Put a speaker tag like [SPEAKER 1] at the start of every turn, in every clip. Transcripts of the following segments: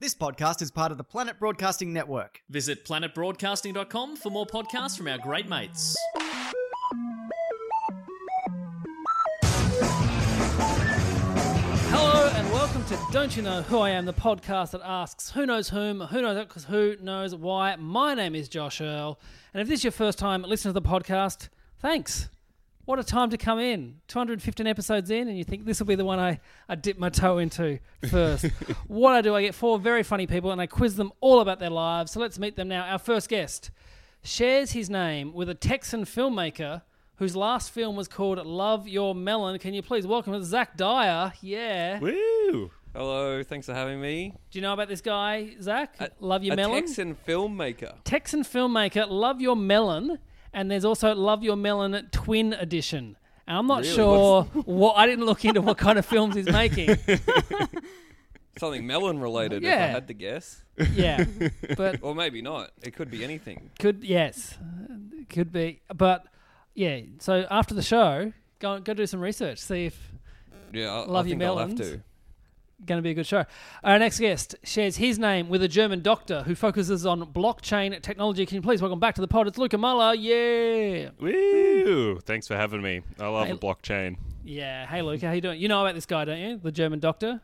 [SPEAKER 1] This podcast is part of the Planet Broadcasting Network.
[SPEAKER 2] Visit planetbroadcasting.com for more podcasts from our great mates.
[SPEAKER 3] Hello and welcome to Don't You Know Who I Am, the podcast that asks who knows whom, who knows because who knows why. My name is Josh Earl, and if this is your first time listening to the podcast, thanks. What a time to come in. 215 episodes in, and you think this will be the one I, I dip my toe into first. what I do, I get four very funny people and I quiz them all about their lives. So let's meet them now. Our first guest shares his name with a Texan filmmaker whose last film was called Love Your Melon. Can you please welcome Zach Dyer? Yeah.
[SPEAKER 4] Woo!
[SPEAKER 5] Hello, thanks for having me.
[SPEAKER 3] Do you know about this guy, Zach?
[SPEAKER 5] A-
[SPEAKER 3] Love Your
[SPEAKER 5] a
[SPEAKER 3] Melon?
[SPEAKER 5] Texan filmmaker.
[SPEAKER 3] Texan filmmaker, Love Your Melon. And there's also Love Your Melon Twin Edition. And I'm not
[SPEAKER 5] Really?
[SPEAKER 3] sure what, I didn't look into what kind of films he's making.
[SPEAKER 5] Something melon related, if
[SPEAKER 3] Yeah.
[SPEAKER 5] I had to guess.
[SPEAKER 3] Yeah. But
[SPEAKER 5] Or maybe not. It could be anything.
[SPEAKER 3] could, yes, could be. But yeah, so after the show, go, go do some research, see if
[SPEAKER 5] Yeah, I,
[SPEAKER 3] Love
[SPEAKER 5] I
[SPEAKER 3] your
[SPEAKER 5] think I'll have
[SPEAKER 3] melons.
[SPEAKER 5] to.
[SPEAKER 3] going to be a good show. Our next guest shares his name with a German doctor who focuses on blockchain technology. Can you please welcome back to the pod? It's Luca Muller. Yeah.
[SPEAKER 4] Woo! Thanks for having me. I love
[SPEAKER 3] Hey.
[SPEAKER 4] the blockchain.
[SPEAKER 3] Yeah. Hey, Luca, how you doing? You know about this guy, don't you? The German doctor.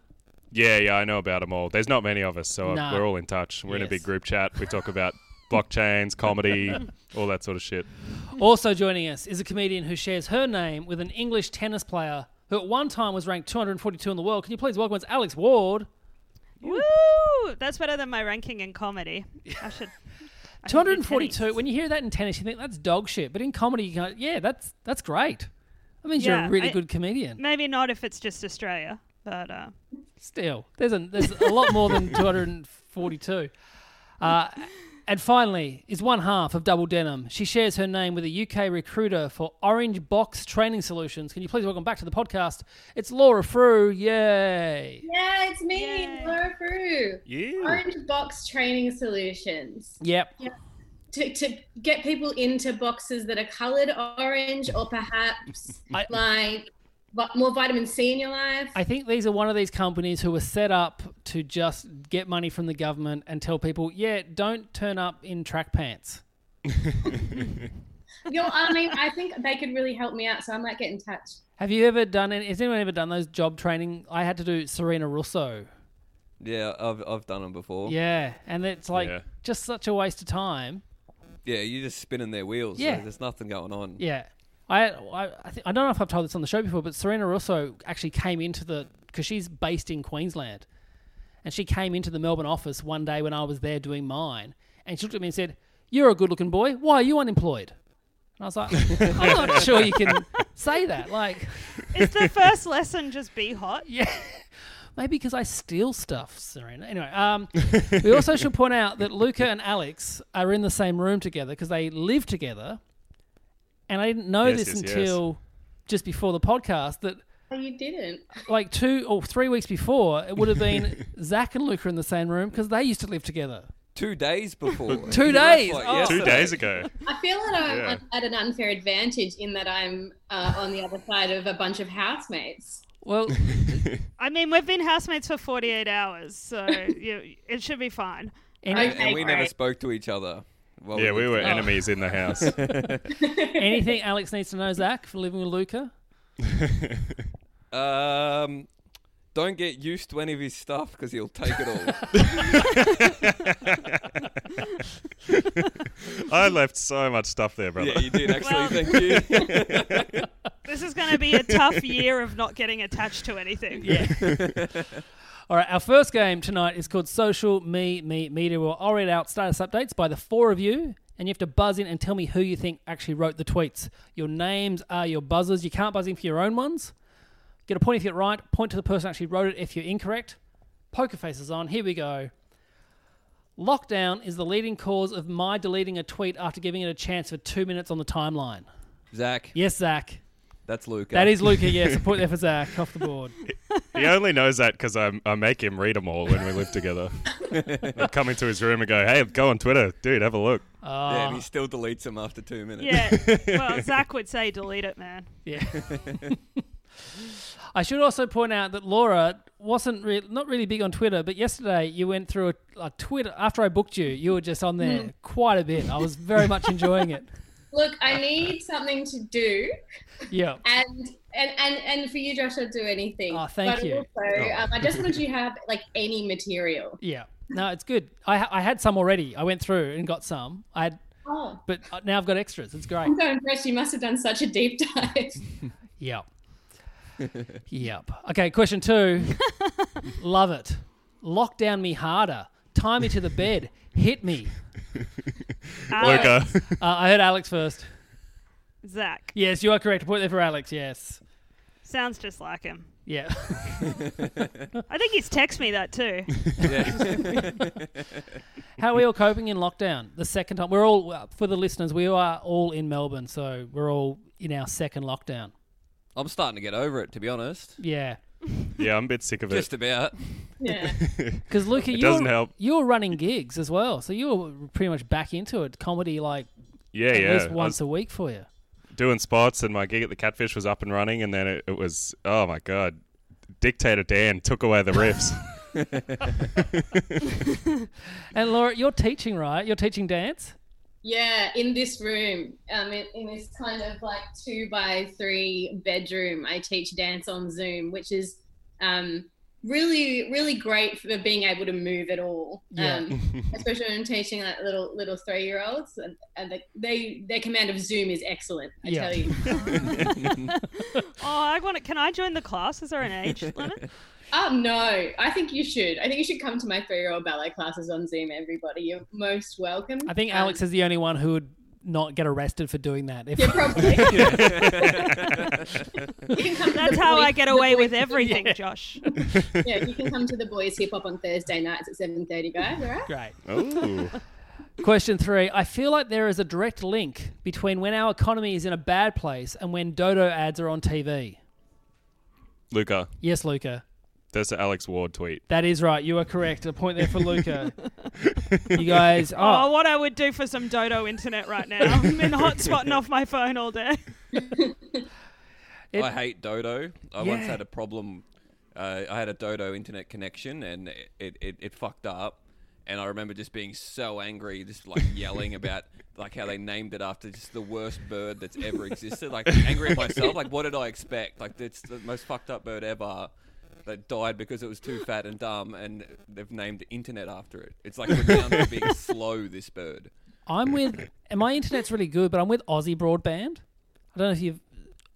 [SPEAKER 4] Yeah, yeah, I know about them all. There's not many of us, so uh,
[SPEAKER 3] Nah.
[SPEAKER 4] we're all in touch. We're in a
[SPEAKER 3] Yes.
[SPEAKER 4] big group chat. We talk about blockchains, comedy, all that sort of shit.
[SPEAKER 3] Also joining us is a comedian who shares her name with an English tennis player who at one time was ranked 242 in the world. Can you please welcome us, Alex Ward?
[SPEAKER 6] Woo! That's better than my ranking in comedy. I should. I should do
[SPEAKER 3] 242.
[SPEAKER 6] tennis.
[SPEAKER 3] When you hear that in tennis, you think that's dog shit. But in comedy, you go, yeah, that's that's great. That means you're
[SPEAKER 6] Yeah,
[SPEAKER 3] a really
[SPEAKER 6] I-
[SPEAKER 3] good comedian.
[SPEAKER 6] Maybe not if it's just Australia, but uh,
[SPEAKER 3] Still, there's a there's a lot more than 242. Uh, and finally, is one half of Double Denim. She shares her name with a UK recruiter for Orange Box Training Solutions. Can you please welcome back to the podcast? It's Laura Frew. Yay!
[SPEAKER 7] Yeah, it's me,
[SPEAKER 6] Yay.
[SPEAKER 7] Laura Frew.
[SPEAKER 4] Yeah.
[SPEAKER 7] Orange Box Training Solutions.
[SPEAKER 3] Yep.
[SPEAKER 7] To, to get people into boxes that are coloured orange or perhaps
[SPEAKER 3] I-
[SPEAKER 7] like vi- more vitamin C in your life.
[SPEAKER 3] I think these are one of these companies who were set up to just get money from the government and tell people, yeah, don't turn up in track pants.
[SPEAKER 7] you know, I mean, I think they could really help me out, so I might get in touch.
[SPEAKER 3] Have you ever done any, has anyone ever done those job training? I had to do Serena Russo.
[SPEAKER 5] Yeah, I've, I've done them before.
[SPEAKER 3] Yeah. And it's like
[SPEAKER 4] Yeah.
[SPEAKER 3] just such a waste of time.
[SPEAKER 5] Yeah, you're just spinning their wheels. so
[SPEAKER 3] Yeah.
[SPEAKER 5] there's nothing going on.
[SPEAKER 3] Yeah. I, I, I, think, I don't know if I've told this on the show before, but Serena Russo actually came into the, because she's based in Queensland, and she came into the Melbourne office one day when I was there doing mine, and she looked at me and said, You're a good looking boy. Why are you unemployed? And I was like, I'm not sure you can say that. Like,
[SPEAKER 6] is the first lesson just be hot?
[SPEAKER 3] yeah. Maybe because I steal stuff, Serena. Anyway, um, we also should point out that Luca and Alex are in the same room together because they live together. And I didn't know
[SPEAKER 4] Yes,
[SPEAKER 3] this
[SPEAKER 4] yes, yes.
[SPEAKER 3] until just before the podcast that,
[SPEAKER 7] Oh, you didn't.
[SPEAKER 3] like, two or three weeks before, it would have been Zach and Luca in the same room because they used to live together.
[SPEAKER 5] Two days before.
[SPEAKER 3] Two
[SPEAKER 5] You left,
[SPEAKER 3] days?
[SPEAKER 5] like,
[SPEAKER 3] Oh.
[SPEAKER 4] Two
[SPEAKER 5] yesterday.
[SPEAKER 4] days ago.
[SPEAKER 7] I feel that I'm
[SPEAKER 4] Yeah.
[SPEAKER 7] at an unfair advantage in that I'm uh, on the other side of a bunch of housemates.
[SPEAKER 3] Well,
[SPEAKER 6] I mean, we've been housemates for 48 hours, so you, it should be fine.
[SPEAKER 3] any,
[SPEAKER 7] Okay,
[SPEAKER 5] And we never
[SPEAKER 7] great.
[SPEAKER 5] spoke to each other. while
[SPEAKER 4] Yeah,
[SPEAKER 3] Oh.
[SPEAKER 4] we were
[SPEAKER 5] together.
[SPEAKER 4] enemies in the house.
[SPEAKER 3] anything Alex needs to know, Zach, for living with Luca?
[SPEAKER 5] Um, don't get used to any of his stuff because he'll take it all.
[SPEAKER 4] I left so much stuff there, brother.
[SPEAKER 5] yeah, you did actually.
[SPEAKER 6] Well-
[SPEAKER 5] thank you.
[SPEAKER 6] This is going to be a tough year of not getting attached to anything.
[SPEAKER 3] Yeah. All right, our first game tonight is called Social Me Me Media. Well, I'll read out status updates by the four of you, and you have to buzz in and tell me who you think actually wrote the tweets. Your names are your buzzers. You can't buzz in for your own ones. Get a point if you're right, point to the person who actually wrote it if you're incorrect. Poker faces on. Here we go. Lockdown is the leading cause of my deleting a tweet after giving it a chance for two minutes on the timeline.
[SPEAKER 5] Zach,
[SPEAKER 3] Yes, Zach.
[SPEAKER 5] that's Luca.
[SPEAKER 3] That is Luca, yes. A point there for Zach off the board.
[SPEAKER 4] He only knows that because I, I make him read them all when we live together. I come into his room and go, "Hey, go on Twitter, dude. Have a look."
[SPEAKER 5] Yeah, and he still deletes them after two minutes.
[SPEAKER 6] Yeah. well, Zach would say delete it, man.
[SPEAKER 3] Yeah. I should also point out that Laura wasn't re- not really big on Twitter, but yesterday you went through a, a Twitter after I booked you. You were just on there quite a bit. I was very much enjoying it.
[SPEAKER 7] Look, I need something to do,
[SPEAKER 3] Yeah.
[SPEAKER 7] and and and, and for you, Josh, I'll do anything.
[SPEAKER 3] Oh, thank
[SPEAKER 7] but
[SPEAKER 3] you.
[SPEAKER 7] also, um, I just wanted you to have like any material.
[SPEAKER 3] Yeah. No, it's good. I ha- I had some already. I went through and got some. I had,
[SPEAKER 7] Oh,
[SPEAKER 3] but uh, now I've got extras. It's great.
[SPEAKER 7] I'm so impressed. You must have done such a deep dive.
[SPEAKER 3] Yep. yep. Okay, question two. Love it. Lock down me harder. Tie me to the bed. Hit me.
[SPEAKER 6] Alex,
[SPEAKER 4] Luca,
[SPEAKER 3] Uh, I heard Alex first.
[SPEAKER 6] Zach.
[SPEAKER 3] Yes, you are correct. A point there for Alex. Yes.
[SPEAKER 6] Sounds just like him.
[SPEAKER 3] Yeah.
[SPEAKER 6] I think he's text me that too.
[SPEAKER 3] How are we all coping in lockdown? The second time. We're all, uh, for the listeners, we are all in Melbourne, so we're all in our second lockdown.
[SPEAKER 5] I'm starting to get over it, to be honest.
[SPEAKER 3] Yeah.
[SPEAKER 4] yeah, I'm a bit sick of it.
[SPEAKER 5] Just about.
[SPEAKER 7] Yeah.
[SPEAKER 3] Because, Luca, you
[SPEAKER 4] doesn't
[SPEAKER 3] were,
[SPEAKER 4] help.
[SPEAKER 3] you were running gigs as well, so you were pretty much back into it. Comedy, like,
[SPEAKER 4] Yeah,
[SPEAKER 3] at
[SPEAKER 4] yeah.
[SPEAKER 3] least
[SPEAKER 4] I
[SPEAKER 3] once
[SPEAKER 4] was
[SPEAKER 3] a week for you.
[SPEAKER 4] doing spots, and my gig at the Catfish was up and running, and then it, it was, oh my god, Dictator Dan took away the riffs.
[SPEAKER 3] And, Laura, you're teaching, right? You're teaching dance?
[SPEAKER 7] Yeah, in this room, um, in, in this kind of like two by three bedroom, I teach dance on Zoom, which is um, really, really great for being able to move at all.
[SPEAKER 3] Yeah.
[SPEAKER 7] Um, especially when I'm teaching like little little three year olds, and, and they- they their command of Zoom is excellent. I
[SPEAKER 3] Yeah.
[SPEAKER 7] tell you.
[SPEAKER 6] Oh, I want to. Can I join the class? Is there an age limit?
[SPEAKER 7] Oh no, I think you should. I think you should come to my three year old ballet classes on Zoom. Everybody, you're most welcome.
[SPEAKER 3] I think
[SPEAKER 7] Um,
[SPEAKER 3] Alex is the only one who would not get arrested for doing that. If
[SPEAKER 7] Yeah, probably.
[SPEAKER 6] That's how I get away with everything, Josh.
[SPEAKER 7] yeah, you can come to the boys hip hop on Thursday nights at seven thirty, guys. All right.
[SPEAKER 3] Great.
[SPEAKER 4] Ooh.
[SPEAKER 3] Question three. I feel like there is a direct link between when our economy is in a bad place and when dodo ads are on TV.
[SPEAKER 4] Luca,
[SPEAKER 3] Yes, Luca.
[SPEAKER 4] there's the Alex Ward tweet.
[SPEAKER 3] That is right. You are correct. A point there for Luca. you guys.
[SPEAKER 6] Oh,
[SPEAKER 3] Oh,
[SPEAKER 6] what I would do for some dodo internet right now. I'm in hotspotting off my phone all day.
[SPEAKER 5] I hate Dodo. I once
[SPEAKER 3] Yeah.
[SPEAKER 5] had a problem. Uh, I had a Dodo internet connection and it, it, it fucked up. And I remember just being so angry, just like yelling about like how they named it after just the worst bird that's ever existed. Like angry at myself. Like what did I expect? Like it's the most fucked up bird ever that died because it was too fat and dumb, and they've named the internet after it. It's like renowned for being slow. This bird.
[SPEAKER 3] I'm with. And my internet's really good, but I'm with Aussie Broadband. I don't know if you've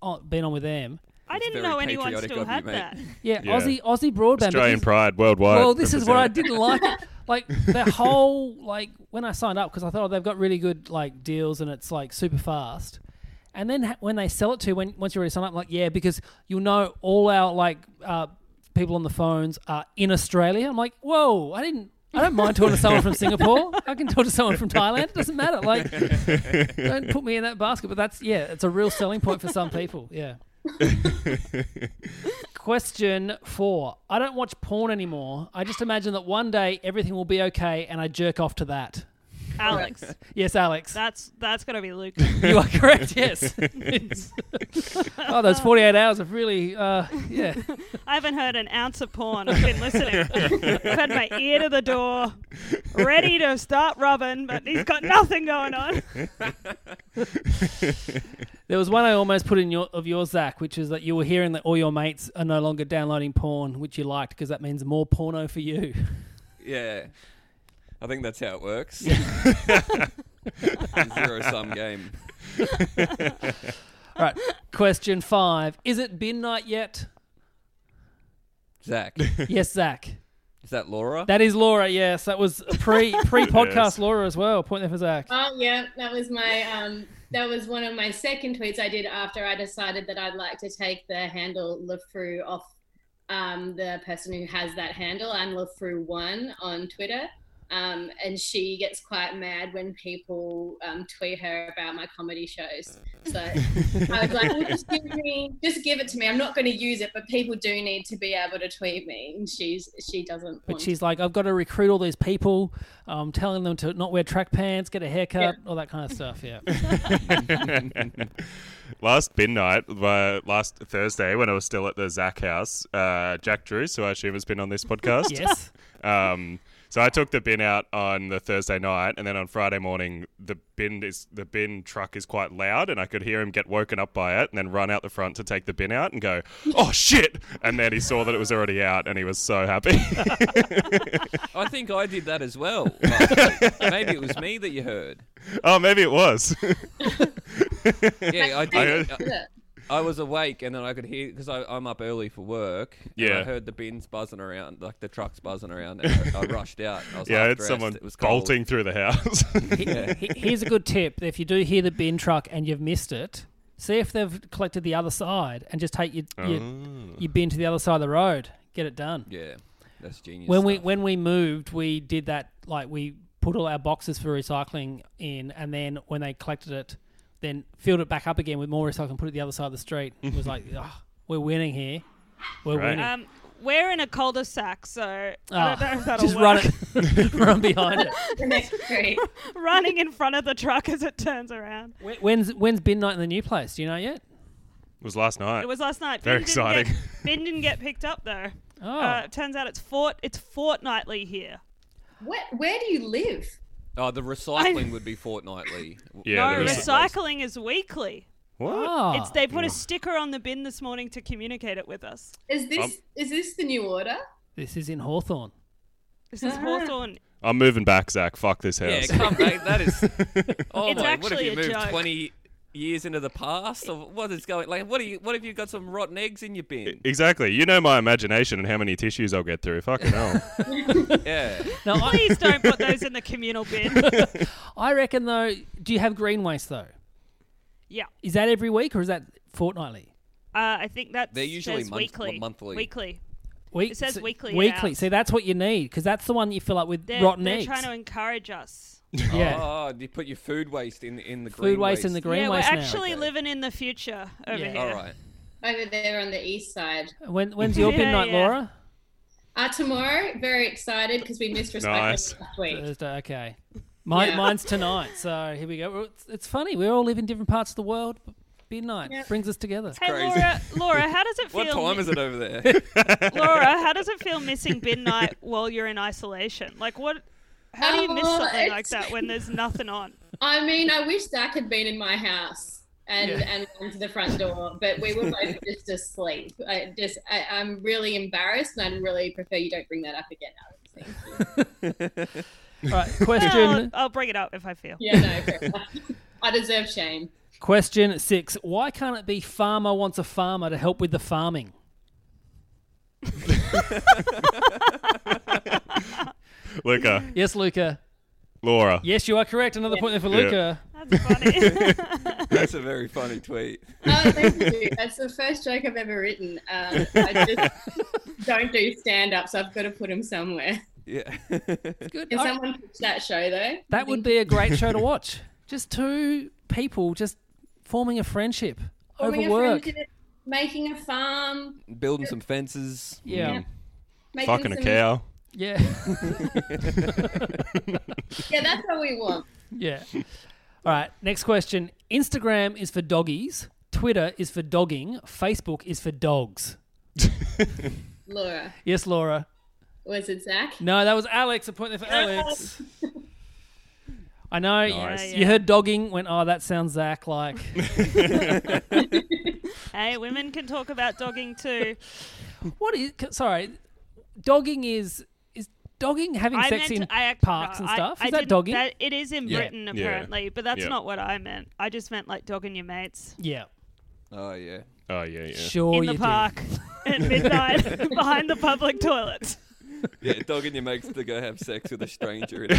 [SPEAKER 3] uh, been on with them.
[SPEAKER 6] I didn't
[SPEAKER 5] very
[SPEAKER 6] know anyone
[SPEAKER 5] patriotic
[SPEAKER 6] still
[SPEAKER 5] of you,
[SPEAKER 6] had
[SPEAKER 5] mate.
[SPEAKER 6] that.
[SPEAKER 3] Yeah,
[SPEAKER 4] Yeah.
[SPEAKER 3] Aussie Aussie Broadband.
[SPEAKER 4] Australian
[SPEAKER 3] because-
[SPEAKER 4] pride worldwide.
[SPEAKER 3] Well, this is what I
[SPEAKER 4] represent.
[SPEAKER 3] didn't like. Like the whole like when I signed up because I thought oh, they've got really good like deals and it's like super fast. And then ha- when they sell it to you, when once you already sign up, I'm like yeah, because you'll know all our like uh, people on the phones are in Australia. I'm like, whoa, I didn't. I don't mind talking to someone from Singapore. I can talk to someone from Thailand. It doesn't matter. Like, don't put me in that basket. But that's yeah, it's a real selling point for some people. Yeah. Question four. I don't watch porn anymore. I just imagine that one day everything will be okay and I jerk off to that.
[SPEAKER 6] Alex,
[SPEAKER 3] Yes, Alex.
[SPEAKER 6] that's that's gotta be Luke.
[SPEAKER 3] you are correct, yes. oh, those 48 hours have really, uh, yeah.
[SPEAKER 6] I haven't heard an ounce of porn. I've been listening. I've had my ear to the door, ready to start rubbing, but he's got nothing going on.
[SPEAKER 3] There was one I almost put in your of yours, Zach, which is that you were hearing that all your mates are no longer downloading porn, which you liked because that means more porno for you.
[SPEAKER 5] Yeah. I think that's how it works. Zero sum game.
[SPEAKER 3] All right. Question five. Is it bin night yet?
[SPEAKER 5] Zach,
[SPEAKER 3] Yes, Zach.
[SPEAKER 5] is that Laura?
[SPEAKER 3] That is Laura. Yes, that was pre pre podcast
[SPEAKER 4] Yes.
[SPEAKER 3] Laura as well. Point there for Zach.
[SPEAKER 7] Oh yeah, that was my um, that was one of my second tweets I did after I decided that I'd like to take the handle LeFru off um, the person who has that handle. I'm LeFru1 on Twitter. Um, and she gets quite mad when people um, tweet her about my comedy shows. So I was like, well, just, give me, just give it to me. I'm not going to use it, but people do need to be able to tweet me. And she's she doesn't.
[SPEAKER 3] But
[SPEAKER 7] want
[SPEAKER 3] she's like, I've got to recruit all these people, um, telling them to not wear track pants, get a haircut,
[SPEAKER 7] Yeah.
[SPEAKER 3] all that kind of stuff. Yeah.
[SPEAKER 4] last bin night, uh, last Thursday, when I was still at the Zach house, uh, Jack Drews, who I assume has been on this podcast.
[SPEAKER 3] yes.
[SPEAKER 4] Um, so I took the bin out on the Thursday night, and then on Friday morning, the bin is the bin truck is quite loud, and I could hear him get woken up by it, and then run out the front to take the bin out and go, "Oh shit!" And then he saw that it was already out, and he was so happy.
[SPEAKER 5] I think I did that as well. Like, maybe it was me that you heard.
[SPEAKER 4] oh, maybe it was.
[SPEAKER 5] Yeah, I
[SPEAKER 4] I
[SPEAKER 5] did.
[SPEAKER 4] heard-
[SPEAKER 7] it.
[SPEAKER 5] I was awake and then I could hear because I'm up early for work. and
[SPEAKER 4] Yeah.
[SPEAKER 5] I heard the bins buzzing around, like the trucks buzzing around, and I, I rushed out. I was
[SPEAKER 4] yeah, I had
[SPEAKER 5] half-dressed,
[SPEAKER 4] someone
[SPEAKER 5] it was cold.
[SPEAKER 4] bolting through the house.
[SPEAKER 5] Yeah.
[SPEAKER 3] He- Here's a good tip: if you do hear the bin truck and you've missed it, see if they've collected the other side and just take your your, your bin to the other side of the road. Get it done.
[SPEAKER 5] Yeah, that's genius.
[SPEAKER 3] when we
[SPEAKER 5] stuff.
[SPEAKER 3] when we moved, we did that. Like we put all our boxes for recycling in, and then when they collected it, then filled it back up again with more recycling. Put it the other side of the street. It was like, oh, we're winning here. We're
[SPEAKER 4] Right.
[SPEAKER 3] winning.
[SPEAKER 6] Um, we're in a cul-de-sac, so I
[SPEAKER 3] Ah,
[SPEAKER 6] don't know if that'll
[SPEAKER 3] just
[SPEAKER 6] work.
[SPEAKER 3] run it, run behind it.
[SPEAKER 7] The next tweet.
[SPEAKER 6] Running in front of the truck as it turns around.
[SPEAKER 3] When- When's when's bin night in the new place? Do you know yet?
[SPEAKER 4] it was last night.
[SPEAKER 6] It was last night.
[SPEAKER 4] Very
[SPEAKER 6] Didn't
[SPEAKER 4] exciting.
[SPEAKER 6] get, Bin didn't get picked up though.
[SPEAKER 3] Oh,
[SPEAKER 6] Uh, it turns out it's fort it's fortnightly here.
[SPEAKER 7] What, where do you live?
[SPEAKER 5] oh, the recycling would be fortnightly.
[SPEAKER 4] Yeah,
[SPEAKER 6] no,
[SPEAKER 4] there is-
[SPEAKER 6] recycling is weekly.
[SPEAKER 4] what?
[SPEAKER 3] Ah.
[SPEAKER 6] It's they put a sticker on the bin this morning to communicate it with us.
[SPEAKER 7] Is this
[SPEAKER 4] Um,
[SPEAKER 7] is this the new order?
[SPEAKER 3] this is in Hawthorne.
[SPEAKER 6] This is Hawthorne.
[SPEAKER 4] I'm moving back, Zach. Fuck this
[SPEAKER 5] Yeah,
[SPEAKER 4] house.
[SPEAKER 5] come back. That is. Oh
[SPEAKER 6] It's
[SPEAKER 5] my! What have
[SPEAKER 6] actually
[SPEAKER 5] you
[SPEAKER 6] a
[SPEAKER 5] moved
[SPEAKER 6] joke.
[SPEAKER 5] twenty years into the past? Or what is going? Like, what are you? What have you got? Some rotten eggs in your bin?
[SPEAKER 4] Exactly. You know my imagination and how many tissues I'll get through. Fucking hell.
[SPEAKER 5] Yeah.
[SPEAKER 3] No, I,
[SPEAKER 6] Please don't put those in the communal bin.
[SPEAKER 3] I reckon though. Do you have green waste though?
[SPEAKER 6] Yeah,
[SPEAKER 3] Is that every week or is that fortnightly?
[SPEAKER 6] uh, I think that's
[SPEAKER 5] They're usually
[SPEAKER 6] says
[SPEAKER 5] month-
[SPEAKER 6] weekly.
[SPEAKER 5] monthly.
[SPEAKER 6] Weekly.
[SPEAKER 3] Week,
[SPEAKER 6] It says
[SPEAKER 3] so-
[SPEAKER 6] weekly in
[SPEAKER 3] Weekly.
[SPEAKER 6] ours.
[SPEAKER 3] See, that's what you need because that's the one you fill up with
[SPEAKER 6] They're,
[SPEAKER 3] rotten
[SPEAKER 6] they're
[SPEAKER 3] eggs.
[SPEAKER 6] trying to encourage us.
[SPEAKER 3] yeah.
[SPEAKER 5] Oh, you put your food waste in in the green
[SPEAKER 3] Food waste in the green
[SPEAKER 6] yeah, we're
[SPEAKER 3] waste now.
[SPEAKER 6] actually
[SPEAKER 5] Okay.
[SPEAKER 6] living in the future over
[SPEAKER 3] Yeah.
[SPEAKER 6] here.
[SPEAKER 5] All right.
[SPEAKER 7] Over there on the east side.
[SPEAKER 3] When, when's your bin
[SPEAKER 6] Oh. Yeah,
[SPEAKER 3] night,
[SPEAKER 6] yeah.
[SPEAKER 3] Laura?
[SPEAKER 7] Uh, tomorrow, very excited because we missed recycling
[SPEAKER 4] Nice.
[SPEAKER 7] last week.
[SPEAKER 3] Thursday. Okay. My,
[SPEAKER 7] Yeah.
[SPEAKER 3] Mine's tonight. So here we go. Well, It's, it's funny. We all live in different parts of the world. But bin night brings us together.
[SPEAKER 6] Hey
[SPEAKER 5] Crazy.
[SPEAKER 6] Laura, Laura, how does it feel?
[SPEAKER 5] What time is it over there?
[SPEAKER 6] Laura, how does it feel missing bin night while you're in isolation? Like what? How do you miss
[SPEAKER 7] Oh,
[SPEAKER 6] something like
[SPEAKER 7] it's-
[SPEAKER 6] that when there's nothing on?
[SPEAKER 7] I mean, I wish Zach had been in my house and and gone to the front door, but we were both just asleep. I just I, I'm really embarrassed, and I'd really prefer you don't bring that up again. Alex. Thank you.
[SPEAKER 3] All right.
[SPEAKER 6] Well,
[SPEAKER 3] Question
[SPEAKER 6] I'll bring it up if I feel.
[SPEAKER 7] Yeah, no, fair enough. I deserve shame.
[SPEAKER 3] question six. Why can't it be farmer wants a farmer to help with the farming?
[SPEAKER 4] Luca,
[SPEAKER 3] Yes, Luca.
[SPEAKER 4] Laura.
[SPEAKER 3] Yes, you are correct. Another point there for
[SPEAKER 4] Yeah.
[SPEAKER 3] Luca.
[SPEAKER 6] That's funny.
[SPEAKER 5] That's a very funny tweet.
[SPEAKER 7] Oh, thank you. That's the first joke I've ever written. Um, I just don't do stand up, so I've got to put him somewhere.
[SPEAKER 5] Yeah.
[SPEAKER 3] Good.
[SPEAKER 7] Can
[SPEAKER 3] All right.
[SPEAKER 7] someone pitch that show though?
[SPEAKER 3] That would be a great show to watch. Just two people just forming a friendship
[SPEAKER 7] Forming
[SPEAKER 3] over work.
[SPEAKER 7] friendship, making a farm,
[SPEAKER 5] Building some fences.
[SPEAKER 3] Yeah.
[SPEAKER 7] making
[SPEAKER 4] Fucking a
[SPEAKER 7] some-
[SPEAKER 4] cow.
[SPEAKER 3] Yeah.
[SPEAKER 7] Yeah, that's what we want.
[SPEAKER 3] yeah. All right. Next question. Instagram is for doggies. Twitter is for dogging. Facebook is for dogs.
[SPEAKER 7] Laura,
[SPEAKER 3] Yes, Laura.
[SPEAKER 7] was it Zach?
[SPEAKER 3] No, that was Alex. A point there for Alex. I know. you-
[SPEAKER 6] Nice.
[SPEAKER 3] You heard dogging. Went, oh, that sounds Zach like.
[SPEAKER 6] hey, women can talk about dogging too.
[SPEAKER 3] what is? c- Sorry. Dogging is is dogging having
[SPEAKER 6] I
[SPEAKER 3] sex
[SPEAKER 6] meant
[SPEAKER 3] in
[SPEAKER 6] I ac-
[SPEAKER 3] parks
[SPEAKER 6] no,
[SPEAKER 3] and
[SPEAKER 6] I-
[SPEAKER 3] stuff.
[SPEAKER 6] I
[SPEAKER 3] is that
[SPEAKER 6] didn't-
[SPEAKER 3] dogging?
[SPEAKER 6] that- it is in
[SPEAKER 5] Yeah.
[SPEAKER 6] Britain
[SPEAKER 4] Yeah.
[SPEAKER 6] apparently, but that's
[SPEAKER 4] Yeah.
[SPEAKER 6] not what I meant. I just meant like dogging your mates
[SPEAKER 3] yeah.
[SPEAKER 5] Oh yeah.
[SPEAKER 4] Oh, yeah, yeah.
[SPEAKER 3] Sure.
[SPEAKER 6] in
[SPEAKER 3] you
[SPEAKER 6] the
[SPEAKER 3] did.
[SPEAKER 6] park at midnight behind the public toilets.
[SPEAKER 5] Yeah, dogging your mates to go have sex with a stranger in a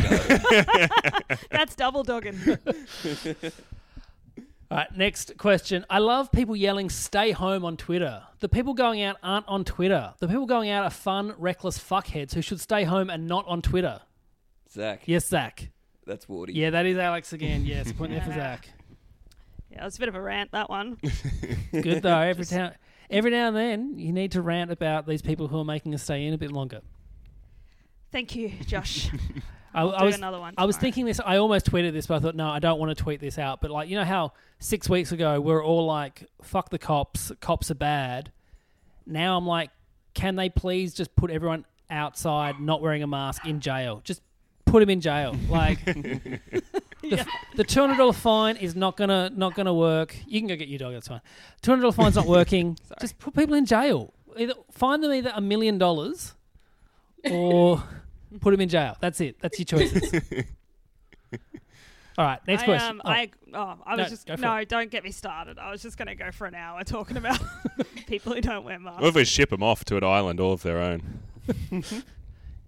[SPEAKER 5] bar.
[SPEAKER 6] That's double dogging.
[SPEAKER 3] All right, next question. I love people yelling "Stay home" on Twitter. The people going out aren't on Twitter. The people going out are fun, reckless fuckheads who should stay home and not on Twitter.
[SPEAKER 5] Zach.
[SPEAKER 3] Yes, Zach.
[SPEAKER 5] That's Wardy.
[SPEAKER 3] Yeah, that is Alex again. Yes, point there for Zach.
[SPEAKER 6] Yeah, it's a bit of a rant that one.
[SPEAKER 3] Good though. Every time, every now and then, you need to rant about these people who are making us stay in a bit longer.
[SPEAKER 6] Thank you, Josh.
[SPEAKER 3] I, I
[SPEAKER 6] do
[SPEAKER 3] was,
[SPEAKER 6] another one
[SPEAKER 3] I was
[SPEAKER 6] tomorrow.
[SPEAKER 3] thinking this. I almost tweeted this, but I thought, no, I don't want to tweet this out. But like, you know how six weeks ago we are all like, "Fuck the cops, cops are bad." Now I'm like, can they please just put everyone outside, not wearing a mask, in jail? Just put them in jail. Like, the, the two hundred dollar fine is not gonna not gonna work. You can go get your dog. That's fine. Two hundred dollar fine's not working. just put people in jail. Either find them either a million dollars, or put them in jail. That's it. That's your choices. All right, next
[SPEAKER 6] I,
[SPEAKER 3] question.
[SPEAKER 6] Um,
[SPEAKER 3] Oh,
[SPEAKER 6] I, oh, I
[SPEAKER 3] No,
[SPEAKER 6] was
[SPEAKER 3] go
[SPEAKER 6] just,
[SPEAKER 3] for
[SPEAKER 6] no,
[SPEAKER 3] it.
[SPEAKER 6] don't get me started. I was just going to go for an hour talking about people who don't wear masks.
[SPEAKER 4] What if we ship them off to an island all of their own?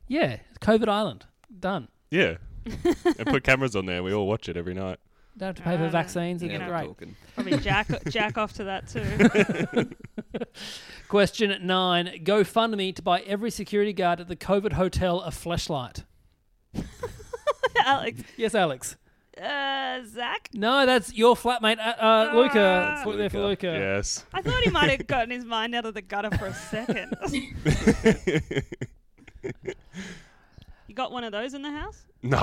[SPEAKER 3] yeah, COVID Island done.
[SPEAKER 4] Yeah. and put cameras on there. We all watch it every night.
[SPEAKER 3] Don't have to pay for
[SPEAKER 6] Uh,
[SPEAKER 3] vaccines.
[SPEAKER 6] you
[SPEAKER 3] Isn't
[SPEAKER 6] know.
[SPEAKER 3] it great?
[SPEAKER 5] Talking.
[SPEAKER 6] Probably jack, jack off to that too.
[SPEAKER 3] Question nine: GoFundMe to buy every security guard at the COVID hotel a flashlight.
[SPEAKER 6] Alex,
[SPEAKER 3] Yes, Alex.
[SPEAKER 6] uh, Zach,
[SPEAKER 3] No, that's your flatmate, uh,
[SPEAKER 6] Ah.
[SPEAKER 3] uh, Luca. Point there for Luca.
[SPEAKER 4] Yes.
[SPEAKER 6] I thought he might have gotten his mind out of the gutter for a second. you got one of those in the house?
[SPEAKER 4] No.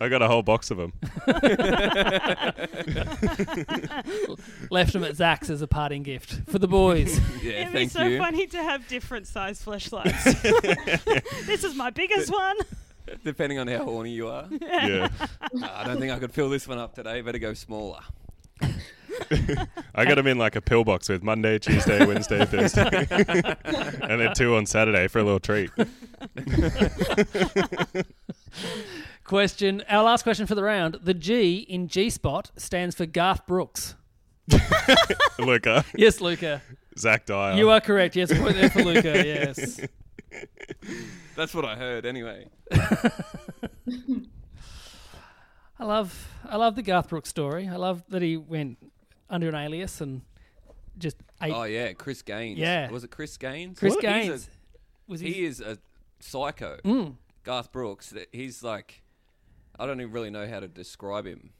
[SPEAKER 4] I got a whole box of them.
[SPEAKER 3] Left them at Zach's as a parting gift for the boys.
[SPEAKER 5] Yeah,
[SPEAKER 6] It'd be
[SPEAKER 5] thank
[SPEAKER 6] so
[SPEAKER 5] you.
[SPEAKER 6] funny to have different size flashlights. this is my biggest one.
[SPEAKER 5] Depending on how horny you are.
[SPEAKER 4] Yeah.
[SPEAKER 5] "Ah, I don't think I could fill this one up today. Better go smaller.
[SPEAKER 4] I got them in like a pillbox with Monday, Tuesday, Wednesday, Thursday. and then two on Saturday for a little treat.
[SPEAKER 3] question: Our last question for the round. The G in G spot stands for Garth Brooks.
[SPEAKER 4] Luca.
[SPEAKER 3] Yes, Luca.
[SPEAKER 4] uh, Zach Dyer.
[SPEAKER 3] You are correct. Yes, point there for Luca. Yes.
[SPEAKER 5] That's what I heard anyway.
[SPEAKER 3] I love I love the Garth Brooks story. I love that he went under an alias and just ate
[SPEAKER 5] Oh yeah, Chris Gaines.
[SPEAKER 3] Yeah.
[SPEAKER 5] Was it Chris Gaines?
[SPEAKER 3] Chris
[SPEAKER 5] He's a-
[SPEAKER 3] Gaines. was
[SPEAKER 5] he
[SPEAKER 3] he? Hmm.
[SPEAKER 5] is a psycho. Garth Brooks. th- He's like, I don't even really know how to describe him.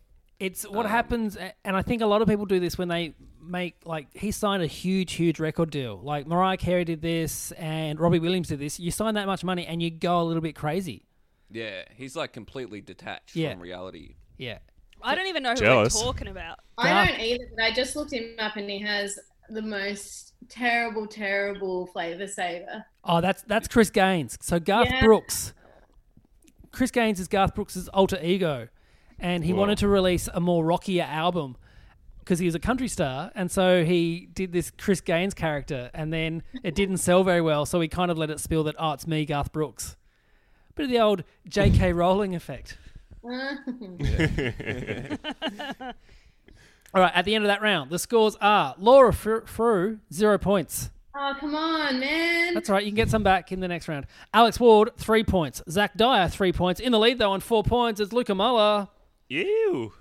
[SPEAKER 3] It's what happens, a- and I think a lot of people do this when they make like he signed a huge, huge record deal. Like Mariah Carey did this, and Robbie Williams did this. You sign that much money, and you go a little bit crazy.
[SPEAKER 5] Yeah, he's like completely detached
[SPEAKER 3] Yeah.
[SPEAKER 5] from reality.
[SPEAKER 3] Yeah.
[SPEAKER 6] I don't even know who
[SPEAKER 4] Jealous.
[SPEAKER 6] we're talking about.
[SPEAKER 7] I don't either, but I just looked him up and he has the most terrible, terrible flavor saver.
[SPEAKER 3] Oh, that's that's Chris Gaines. So Garth
[SPEAKER 7] Yeah.
[SPEAKER 3] Brooks. Chris Gaines is Garth Brooks's alter ego, and he wanted to release a more rockier album because he was a country star, and so he did this Chris Gaines character, and then it didn't sell very well, so he kind of let it spill that oh, it's me, Garth Brooks. Bit of the old J.K. Rowling effect.
[SPEAKER 7] Oh,
[SPEAKER 3] All right, at the end of that round, the scores are Laura Fr- Frew, zero points.
[SPEAKER 7] oh, come on, man.
[SPEAKER 3] That's right. You can get some back in the next round. Alex Ward, three points. Zach Dyer, three points. In the lead, though, on four points is Luca Muller.
[SPEAKER 4] Ew.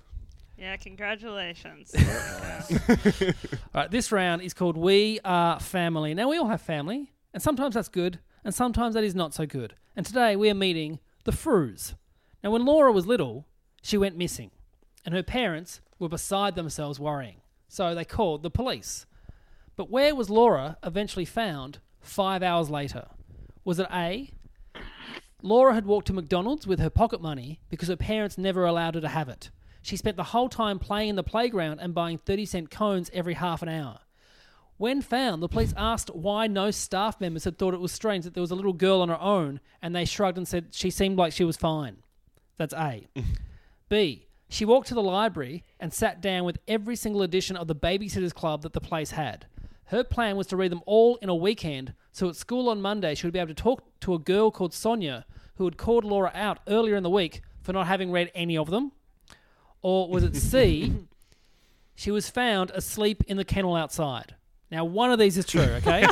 [SPEAKER 6] Yeah, congratulations.
[SPEAKER 3] All right, this round is called We Are Family. Now, we all have family, and sometimes that's good, and sometimes that is not so good. And today we are meeting the Frews. Now, when Laura was little, she went missing, and her parents were beside themselves worrying. So they called the police. But where was Laura eventually found five hours later? Was it A? Laura had walked to McDonald's with her pocket money because her parents never allowed her to have it. She spent the whole time playing in the playground and buying 30 cent cones every half an hour. When found, the police asked why no staff members had thought it was strange that there was a little girl on her own, and they shrugged and said she seemed like she was fine. That's A. B. She walked to the library and sat down with every single edition of the Babysitters Club that the place had. Her plan was to read them all in a weekend, so at school on Monday, she would be able to talk to a girl called Sonia who had called Laura out earlier in the week for not having read any of them. Or was it C? she was found asleep in the kennel outside. Now, one of these is true, okay?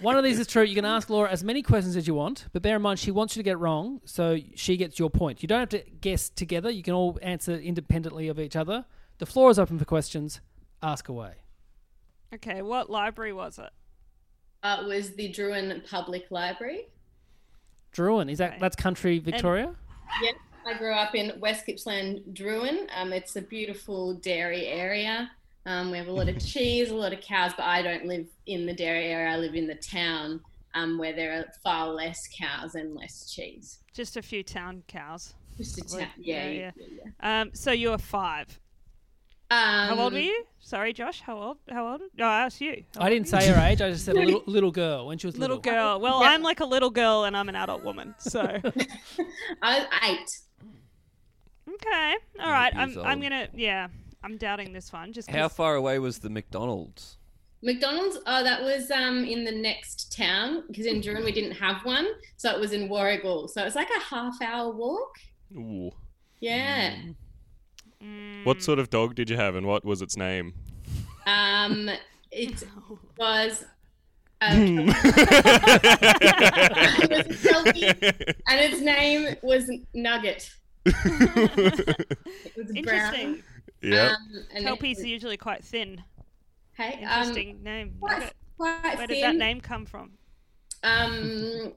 [SPEAKER 3] One of these is true. You can ask Laura as many questions as you want, but bear in mind she wants you to get it wrong, so she gets your point. You don't have to guess together. You can all answer independently of each other. The floor is open for questions. Ask away.
[SPEAKER 6] Okay, what library was it?
[SPEAKER 7] Uh, was the Druin Public Library.
[SPEAKER 3] Druin, is that that's country Victoria?
[SPEAKER 7] Yep. I grew up in West Gippsland, Druin. Um, it's a beautiful dairy area. Um, we have a lot
[SPEAKER 6] Mm-hmm.
[SPEAKER 7] of cheese, a lot of cows, but I don't live in the dairy area. I live in the town um, where there are far less cows and less cheese.
[SPEAKER 6] Just a few town cows.
[SPEAKER 7] Just a
[SPEAKER 6] Probably.
[SPEAKER 7] town. Yeah.
[SPEAKER 6] Yeah,
[SPEAKER 7] yeah,
[SPEAKER 6] Um, so you were five.
[SPEAKER 7] yeah.
[SPEAKER 6] How old
[SPEAKER 7] Um,
[SPEAKER 6] were you? Sorry, Josh. How old? How old? No, I asked you. How
[SPEAKER 3] I
[SPEAKER 6] old
[SPEAKER 3] didn't
[SPEAKER 6] were you?
[SPEAKER 3] say her age. I just said a little, little girl when she was
[SPEAKER 6] Little
[SPEAKER 3] little.
[SPEAKER 6] girl. Well, I'm like a little girl and I'm an adult woman. So okay,
[SPEAKER 7] I was eight.
[SPEAKER 6] all right.
[SPEAKER 5] years
[SPEAKER 6] I'm I'm
[SPEAKER 5] old.
[SPEAKER 6] gonna yeah. I'm doubting this one. Just 'cause-
[SPEAKER 5] How far away was the McDonald's?
[SPEAKER 7] McDonald's. Oh, that was um in the next town because in Druin we didn't have one, so it was in Warrigal. So it's like a half hour walk.
[SPEAKER 4] Ooh.
[SPEAKER 7] Yeah.
[SPEAKER 6] mm,
[SPEAKER 4] What sort of dog did you have, and what was its name?
[SPEAKER 7] Um, it was. a- it was a selfie, and its name was Nugget. It was
[SPEAKER 6] interesting.
[SPEAKER 4] yeah.
[SPEAKER 7] brown. and it-
[SPEAKER 6] Kelpies are usually quite thin.
[SPEAKER 7] Hey, um,
[SPEAKER 6] Interesting name.
[SPEAKER 7] quite-
[SPEAKER 6] Nugget.
[SPEAKER 7] quite
[SPEAKER 6] Where did that
[SPEAKER 7] thin.
[SPEAKER 6] name come from?
[SPEAKER 7] Um,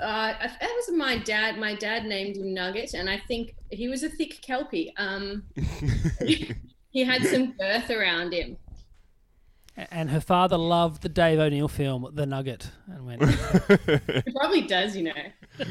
[SPEAKER 7] uh, I- that was my dad. My dad named him Nugget, and I think he was a thick kelpie. Um, he had some girth around him.
[SPEAKER 3] And her father loved the Dave O'Neill film, The Nugget, and went.
[SPEAKER 7] He probably does, you know.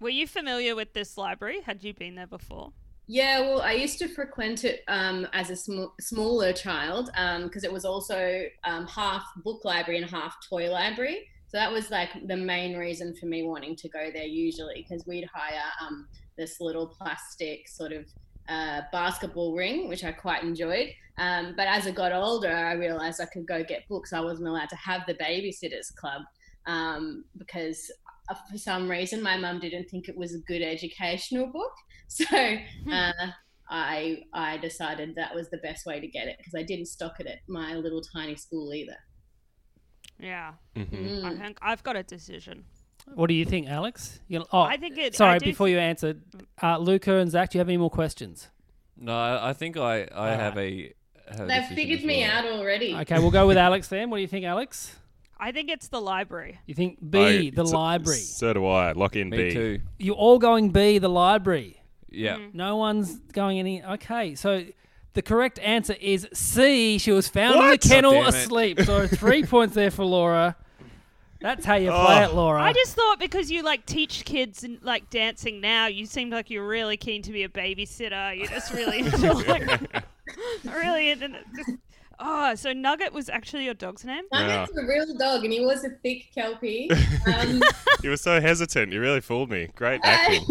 [SPEAKER 6] Were you familiar with this library? Had you been there before?
[SPEAKER 7] Yeah, well, I used to frequent it um, as a sm- smaller child because it was also um, half book library and half toy library. So that was like the main reason for me wanting to go there usually because we'd hire um, this little plastic sort of uh, basketball ring, which I quite enjoyed. Um, but as I got older, I realized I could go get books. I wasn't allowed to have the babysitters club um, because uh, for some reason my mum didn't think it was a good educational book. So uh, I I decided that was the best way to get it because I didn't stock it at my little tiny school either.
[SPEAKER 6] Yeah.
[SPEAKER 4] Mhm.
[SPEAKER 5] Mm-hmm.
[SPEAKER 6] I think I've got a decision.
[SPEAKER 3] What do you think, Alex? You- oh,
[SPEAKER 6] I think it-
[SPEAKER 3] Sorry,
[SPEAKER 6] I do
[SPEAKER 3] before you answer, uh, Luca and Zach, do you have any more questions?
[SPEAKER 5] No, I I think I, I
[SPEAKER 3] Ah.
[SPEAKER 5] have a. have a
[SPEAKER 7] They've
[SPEAKER 5] decision
[SPEAKER 7] figured
[SPEAKER 5] as
[SPEAKER 7] me
[SPEAKER 5] well.
[SPEAKER 7] out already.
[SPEAKER 3] Okay, we'll go with Alex then. What do you think, Alex?
[SPEAKER 6] I think it's the library.
[SPEAKER 3] You think
[SPEAKER 4] I-
[SPEAKER 3] B, the
[SPEAKER 4] so-
[SPEAKER 3] library.
[SPEAKER 4] So do I. Lock in
[SPEAKER 5] Me
[SPEAKER 4] B.
[SPEAKER 5] too.
[SPEAKER 3] You're all going B, the library.
[SPEAKER 5] Yeah.
[SPEAKER 7] Mm-hmm.
[SPEAKER 3] No one's going any. Okay, so the correct answer is C. She was found in the kennel
[SPEAKER 5] Damn it.
[SPEAKER 3] asleep. So three points there for Laura. That's how you
[SPEAKER 5] Oh.
[SPEAKER 3] play it, Laura.
[SPEAKER 6] I just thought because you like teach kids and like dancing now, you seemed like you're really keen to be a babysitter. You just really into, like really into th- just oh. So Nugget was actually your dog's name.
[SPEAKER 7] Simon's a real dog, and he was a thick kelpie. Um,
[SPEAKER 4] You were so hesitant. You really fooled me. Great acting.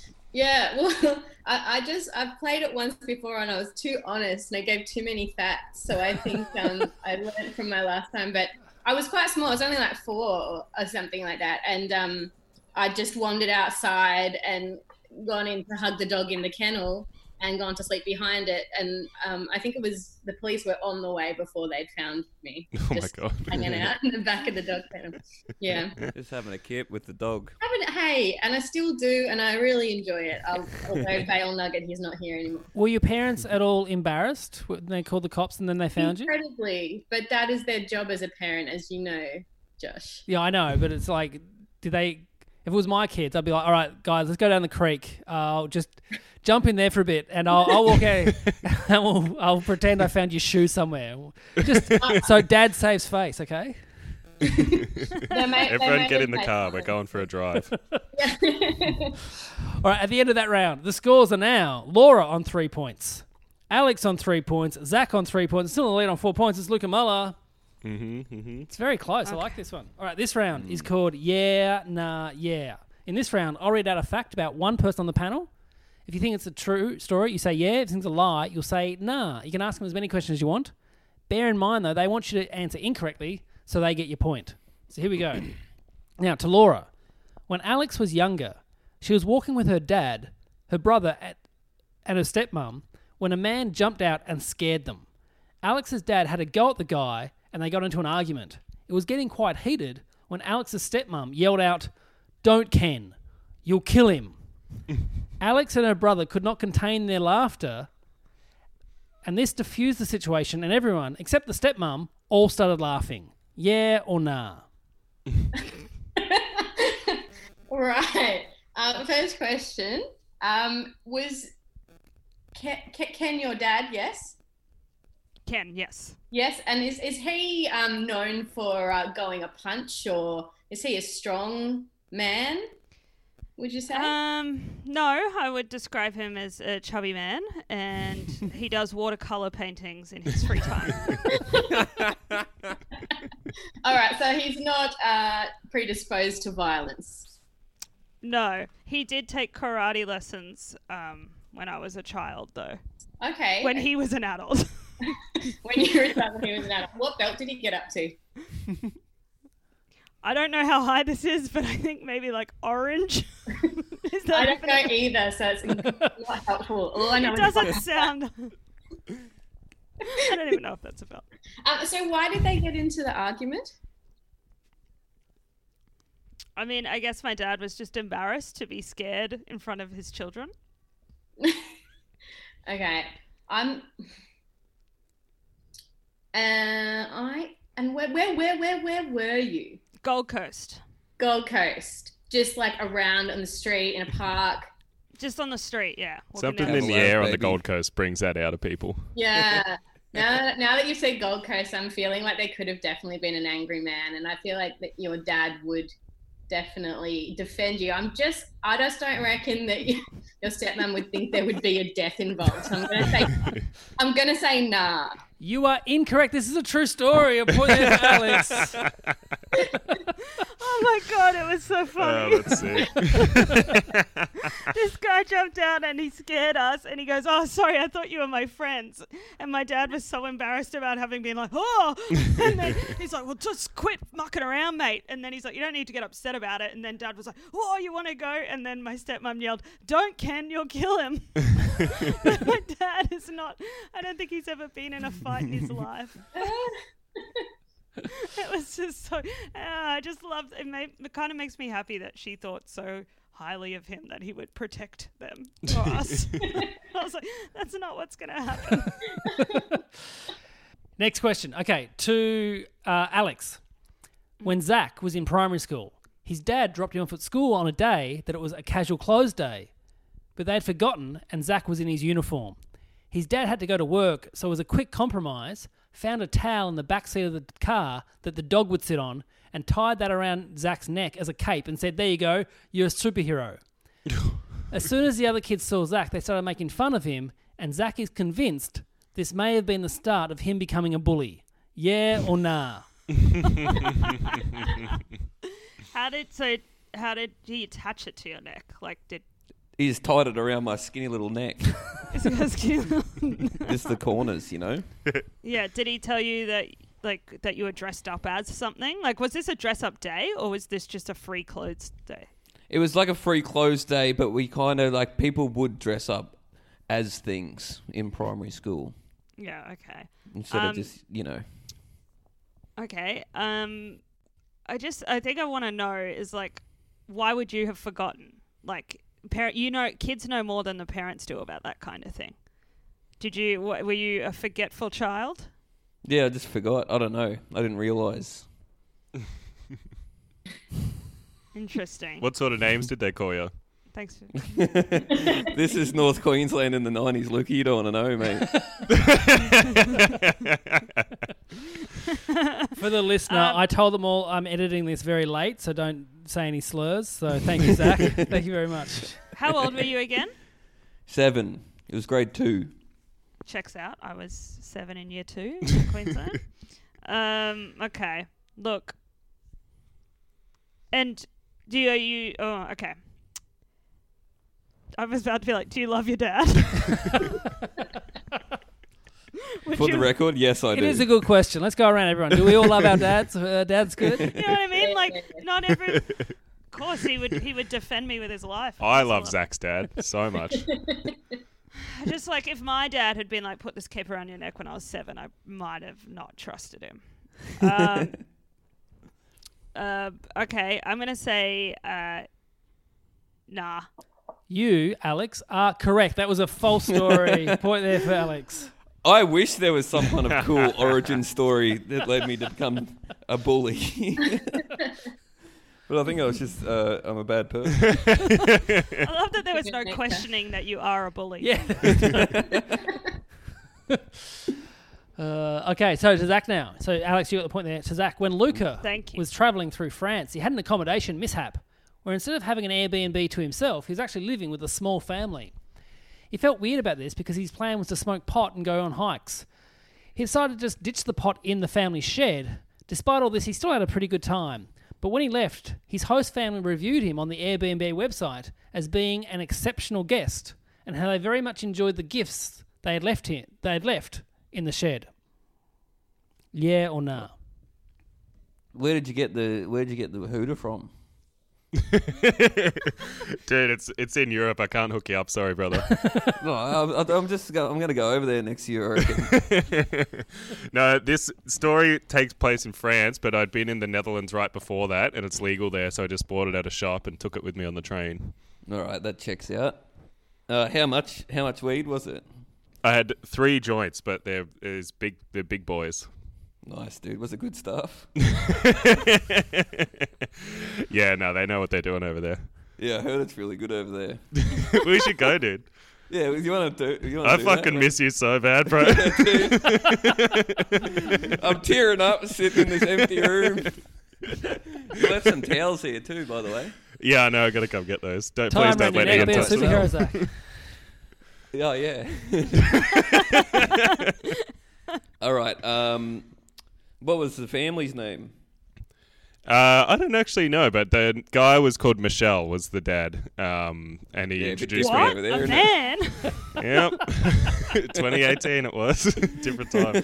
[SPEAKER 7] yeah, well, I, I just I've played it once before, and I was too honest, and I gave too many facts. So I think um, I learned from my last time, but I was quite small. I was only like four or, or something like that, and um, I just wandered outside and gone in to hug the dog in the kennel and gone to sleep behind it. And um, I think it was the police were on the way before they'd found me.
[SPEAKER 4] Oh my
[SPEAKER 7] just
[SPEAKER 4] God.
[SPEAKER 7] Hanging out in the back of the dog kennel. Yeah.
[SPEAKER 5] Just having a kip with the dog.
[SPEAKER 7] Haven't, hey, and I still do, and I really enjoy it. I'll, although Bale Nugget, he's not here anymore.
[SPEAKER 3] Were your parents at all embarrassed when they called the cops and then they found you?
[SPEAKER 7] Incredibly, but that is their job as a parent, as you know, Josh.
[SPEAKER 3] Yeah, I know, but it's like, did they? If it was my kids, I'd be like, all right, guys, let's go down the creek. Uh, I'll just jump in there for a bit, and I'll, I'll walk out, and we'll, I'll pretend I found your shoe somewhere. Just so Dad saves face, okay?
[SPEAKER 7] They may- they may
[SPEAKER 4] Everyone get in the
[SPEAKER 7] take
[SPEAKER 4] car.
[SPEAKER 7] time.
[SPEAKER 4] We're going for a drive.
[SPEAKER 3] All right, at the end of that round, the scores are now Laura on three points, Alex on three points, Zach on three points, still in the lead on four points. It's Luca Muller. Mm-hmm, Mm. It's very close. I like this one. All right, this round is called Yeah, Nah, Yeah. In this round, I'll read out a fact about one person on the panel. If you think it's a true story, you say yeah. If you think it's a lie, you'll say nah. You can ask them as many questions as you want. Bear in mind, though, they want you to answer incorrectly so they get your point. So here we go. now, to Laura. When Alex was younger, she was walking with her dad, her brother, at, and her stepmom when a man jumped out and scared them. Alex's dad had a go at the guy and they got into an argument. It was getting quite heated when Alex's stepmom yelled out, Don't Ken, you'll kill him. Alex and her brother could not contain their laughter, and this diffused the situation, and everyone, except the stepmom, all started laughing. Yeah or nah?
[SPEAKER 7] Right. Uh, first question um, was can, can your dad? Yes.
[SPEAKER 6] Ken, yes.
[SPEAKER 7] Yes. And is, is he um, known for uh, going a punch or is he a strong man? Would you say?
[SPEAKER 6] Um, no, I would describe him as a chubby man, and he does watercolor paintings in his free time.
[SPEAKER 7] All right. So he's not uh, predisposed to violence.
[SPEAKER 6] no, he did take karate lessons um, when I was a child, though.
[SPEAKER 7] Okay.
[SPEAKER 6] When he was an adult,
[SPEAKER 7] when you were a child, when he was an adult, what belt did he get up to?
[SPEAKER 6] I don't know how high this is, but I think maybe like orange. is that
[SPEAKER 7] I don't
[SPEAKER 6] even-
[SPEAKER 7] know either, so it's not helpful. All I know
[SPEAKER 6] It
[SPEAKER 7] is-
[SPEAKER 6] doesn't sound. I don't even know if that's about.
[SPEAKER 7] Um, so why did they get into the argument?
[SPEAKER 6] I mean, I guess my dad was just embarrassed to be scared in front of his children.
[SPEAKER 7] Okay, I'm. Uh, I and where, where, where, where, where were you?
[SPEAKER 6] Gold Coast,
[SPEAKER 7] Gold Coast, just like around on the street in a park.
[SPEAKER 6] just on the street, yeah. walking
[SPEAKER 4] Something
[SPEAKER 6] down the
[SPEAKER 4] in
[SPEAKER 6] street.
[SPEAKER 4] the
[SPEAKER 5] Hello,
[SPEAKER 4] air on the
[SPEAKER 5] baby.
[SPEAKER 4] Gold Coast brings that out of people.
[SPEAKER 7] Yeah. Now, now that you say Gold Coast, I'm feeling like they could have definitely been an angry man, and I feel like that your dad would definitely defend you. I'm just, I just don't reckon that you, your stepmom would think there would be a death involved. So I'm gonna say, I'm gonna say nah.
[SPEAKER 3] You are incorrect. This is a true story. A point there for Alex.
[SPEAKER 6] Oh my god, it was so
[SPEAKER 4] Oh,
[SPEAKER 6] funny.
[SPEAKER 4] that's sick.
[SPEAKER 6] this guy jumped out and he scared us, and he goes, "Oh, sorry, I thought you were my friends." And my dad was so embarrassed about having been like, "Oh," and then he's like, "Well, just quit mucking around, mate." And then he's like, "You don't need to get upset about it." And then dad was like, "Oh, you want to go?" And then my stepmom yelled, "Don't, Ken, you'll kill him." my dad is not. I don't think he's ever been in a fight in his life. It was just so. Uh, I just loved it. Made, it kind of makes me happy that she thought so highly of him that he would protect them for us. I was like, that's not what's going to happen.
[SPEAKER 3] Next question. Okay, to uh, Alex. When Zach was in primary school, his dad dropped him off at school on a day that it was a casual clothes day, but they'd forgotten and Zach was in his uniform. His dad had to go to work, so as a quick compromise, found a towel in the back seat of the car that the dog would sit on and tied that around Zach's neck as a cape and said, There you go, you're a superhero. As soon as the other kids saw Zach, they started making fun of him, and Zach is convinced this may have been the start of him becoming a bully. Yeah or nah?
[SPEAKER 6] How did so? How did he attach it to your neck? Like, did
[SPEAKER 5] He just tied it around my skinny little neck,
[SPEAKER 6] is it asking-
[SPEAKER 5] just the corners, you know.
[SPEAKER 6] yeah? Did he tell you that like that you were dressed up as something? Like, was this a dress up day or was this just a free clothes day?
[SPEAKER 5] It was like a free clothes day, but we kind of like people would dress up as things in primary school
[SPEAKER 6] Yeah. Okay.
[SPEAKER 5] instead
[SPEAKER 6] Um,
[SPEAKER 5] of just you know.
[SPEAKER 6] Okay. Um, I just I think I want to know is like, why would you have forgotten? Like, parent, you know, kids know more than the parents do about that kind of thing. Did you? wha were you a forgetful child?
[SPEAKER 5] Yeah, I just forgot. I don't know. I didn't realize.
[SPEAKER 6] Interesting.
[SPEAKER 4] what sort of names did they call you?
[SPEAKER 6] Thanks. For-
[SPEAKER 5] This is North Queensland in the nineties, Luke. You don't want to know, mate.
[SPEAKER 3] For the listener, I told them all I'm editing this very late, so don't say any slurs. So thank you, Zach. thank you very much.
[SPEAKER 6] How old were you again?
[SPEAKER 5] Seven. It was grade two.
[SPEAKER 6] Checks out. I was seven in year two in Queensland. Um, okay. Look. And do you, you? Oh, okay. I was about to be like, do you love your dad? Would
[SPEAKER 5] For
[SPEAKER 6] you,
[SPEAKER 5] the record, yes, I
[SPEAKER 3] It
[SPEAKER 5] do.
[SPEAKER 3] is a good question. Let's go around, everyone. Do we all love our dads? Uh, dad's good.
[SPEAKER 6] You know what I mean? Like, not every. Of course, he would. He would defend me with his life.
[SPEAKER 4] I
[SPEAKER 6] That's all
[SPEAKER 4] love Zach's dad so much.
[SPEAKER 6] I just like if my dad had been like, put this cape around your neck when I was seven, I might have not trusted him. Um, Uh, okay, I'm gonna say uh, nah.
[SPEAKER 3] You, Alex, are correct. That was a false story. Point there for Alex.
[SPEAKER 5] I wish there was some kind of cool origin story that led me to become a bully. but I think I was just, uh, I'm a bad person.
[SPEAKER 6] I love that there was no questioning that you are a bully.
[SPEAKER 3] Yeah. uh, okay, so to Zach now. So Alex, you got the point there. To Zach, when Luca
[SPEAKER 6] Mm, Thank you.
[SPEAKER 3] was traveling through France, he had an accommodation mishap where instead of having an Airbnb to himself, he was actually living with a small family. He felt weird about this because his plan was to smoke pot and go on hikes. He decided to just ditch the pot in the family shed. Despite all this, he still had a pretty good time. But when he left, his host family reviewed him on the Airbnb website as being an exceptional guest and how they very much enjoyed the gifts they had left him, they had left in the shed. Yeah or nah?
[SPEAKER 5] Where did you get the Where did you get the Hooter from?
[SPEAKER 4] Dude, it's it's in Europe. I can't hook you up. Sorry, brother.
[SPEAKER 5] No, I, I, I'm just go, I'm going to go over there next year. I reckon.
[SPEAKER 4] no, this story takes place in France, but I'd been in the Netherlands right before that, and it's legal there, so I just bought it at a shop and took it with me on the train.
[SPEAKER 5] All right, that checks out. Uh, how much How much weed was it?
[SPEAKER 4] I had three joints, but they're is big. They're big boys.
[SPEAKER 5] Nice, dude. Was it good stuff?
[SPEAKER 4] Yeah, no, they know what they're doing over there.
[SPEAKER 5] yeah, I heard it's really good over there.
[SPEAKER 4] we should go, dude.
[SPEAKER 5] Yeah, you want to do? You wanna
[SPEAKER 4] I
[SPEAKER 5] do
[SPEAKER 4] fucking
[SPEAKER 5] that?
[SPEAKER 4] miss you so bad, bro.
[SPEAKER 5] I'm tearing up sitting in this empty room. You left some towels here too, by the way.
[SPEAKER 4] yeah, I know. I gotta come get those. Don't
[SPEAKER 3] Time
[SPEAKER 4] please don't
[SPEAKER 3] around
[SPEAKER 4] let
[SPEAKER 3] your neck,
[SPEAKER 4] Ian
[SPEAKER 3] be a
[SPEAKER 4] touch them.
[SPEAKER 3] superhero, Zach.
[SPEAKER 5] Oh yeah. All right. Um, what was the family's name?
[SPEAKER 4] Uh, I don't actually know, but the guy was called Michelle. Was the dad? Um, and he
[SPEAKER 5] Yeah, but
[SPEAKER 4] introduced me.
[SPEAKER 5] different
[SPEAKER 6] What?
[SPEAKER 5] over there,
[SPEAKER 6] a
[SPEAKER 5] isn't it?
[SPEAKER 6] man?
[SPEAKER 4] Yep. 2018 it was. Different time.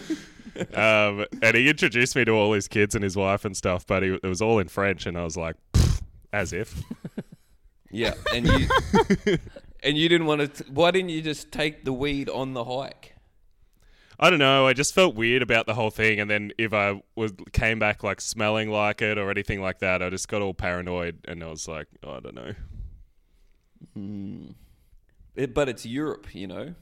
[SPEAKER 4] Um, and he introduced me to all his kids and his wife and stuff, but he, it was all in French, and I was like, "Pfft, as if.
[SPEAKER 5] Yeah, and you and you didn't want to. Why didn't you just take the weed on the hike?
[SPEAKER 4] I don't know. I just felt weird about the whole thing, and then if I was came back like smelling like it or anything like that, I just got all paranoid, and I was like, I don't know.
[SPEAKER 5] It, but it's Europe, you know.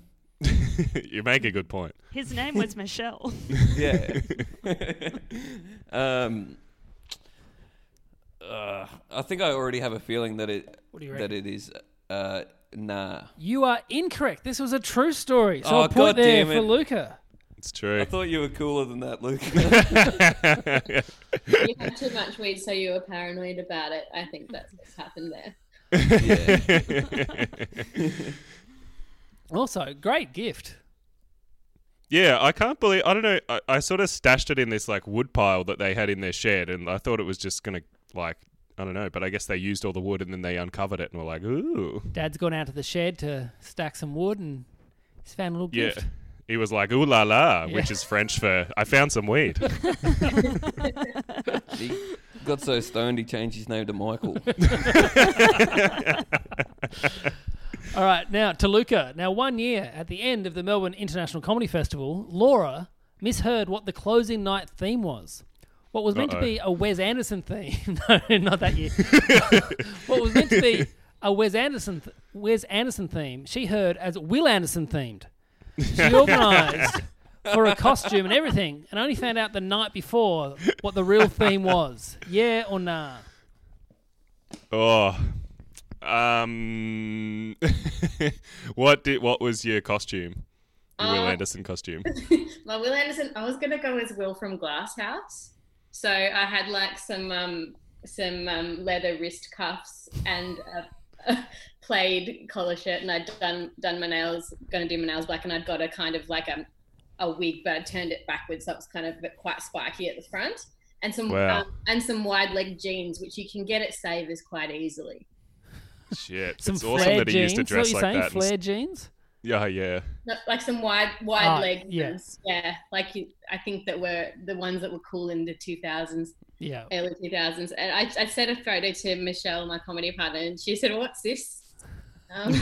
[SPEAKER 4] you make a good point.
[SPEAKER 6] His name was Michelle.
[SPEAKER 5] Yeah. um, uh, I think I already have a feeling that it
[SPEAKER 3] do you
[SPEAKER 5] that it is uh, nah.
[SPEAKER 3] You are incorrect. This was a true story. So
[SPEAKER 5] Oh,
[SPEAKER 3] a point
[SPEAKER 5] God
[SPEAKER 3] there
[SPEAKER 5] damn
[SPEAKER 3] for
[SPEAKER 5] it.
[SPEAKER 3] Luca.
[SPEAKER 4] It's true.
[SPEAKER 5] I thought you were cooler than that, Luke.
[SPEAKER 7] you had too much weed, so you were paranoid about it. I think that's what's happened there.
[SPEAKER 3] Also, great gift.
[SPEAKER 4] Yeah, I can't believe. I don't know. I, I sort of stashed it in this like wood pile that they had in their shed, and I thought it was just gonna like I don't know. But I guess they used all the wood, and then they uncovered it, and were like, "Ooh,
[SPEAKER 3] Dad's gone out to the shed to stack some wood and he's found a little
[SPEAKER 4] yeah."
[SPEAKER 3] gift.
[SPEAKER 4] He was like, "Ooh la la,"
[SPEAKER 3] Yeah.
[SPEAKER 4] which is French for "I found some weed."
[SPEAKER 5] he got so stoned he changed his name to Michael.
[SPEAKER 3] All right, now to Luca. Now, one year at the end of the Melbourne International Comedy Festival, Laura misheard what the closing night theme was. What was meant to
[SPEAKER 4] Uh-oh.
[SPEAKER 3] be a Wes Anderson theme? no, not that year. what was meant to be a Wes Anderson th- Wes Anderson theme? She heard as Will Anderson themed. She organised for a costume and everything, and only found out the night before what the real theme was. Yeah or nah?
[SPEAKER 4] oh, um, what did what was your costume? Your Will
[SPEAKER 7] Uh,
[SPEAKER 4] Anderson costume.
[SPEAKER 7] My Will Anderson, I was gonna go as Will from Glasshouse. So I had like some um some um, leather wrist cuffs and a, a plaid collar shirt, and I'd done done my nails, gonna do my nails black, and I'd got a kind of like a a wig, but I turned it backwards, so it was kind of quite spiky at the front, and some
[SPEAKER 4] Wow.
[SPEAKER 7] um, and some wide leg jeans, which you can get at Savers quite easily.
[SPEAKER 4] Shit,
[SPEAKER 3] Some
[SPEAKER 4] it's
[SPEAKER 3] flared
[SPEAKER 4] awesome that he
[SPEAKER 3] jeans.
[SPEAKER 4] used to
[SPEAKER 3] Is that what you're
[SPEAKER 4] dress like
[SPEAKER 3] saying?
[SPEAKER 4] that. and s-
[SPEAKER 3] Flared jeans.
[SPEAKER 4] yeah, yeah.
[SPEAKER 7] No, like some wide wide
[SPEAKER 3] Ah,
[SPEAKER 7] leg
[SPEAKER 3] yeah.
[SPEAKER 7] ones. yeah like you, i think that were the ones that were cool in the 2000s
[SPEAKER 3] Yeah.
[SPEAKER 7] early 2000s and i, I sent a photo to michelle my comedy partner and she said what's this Um,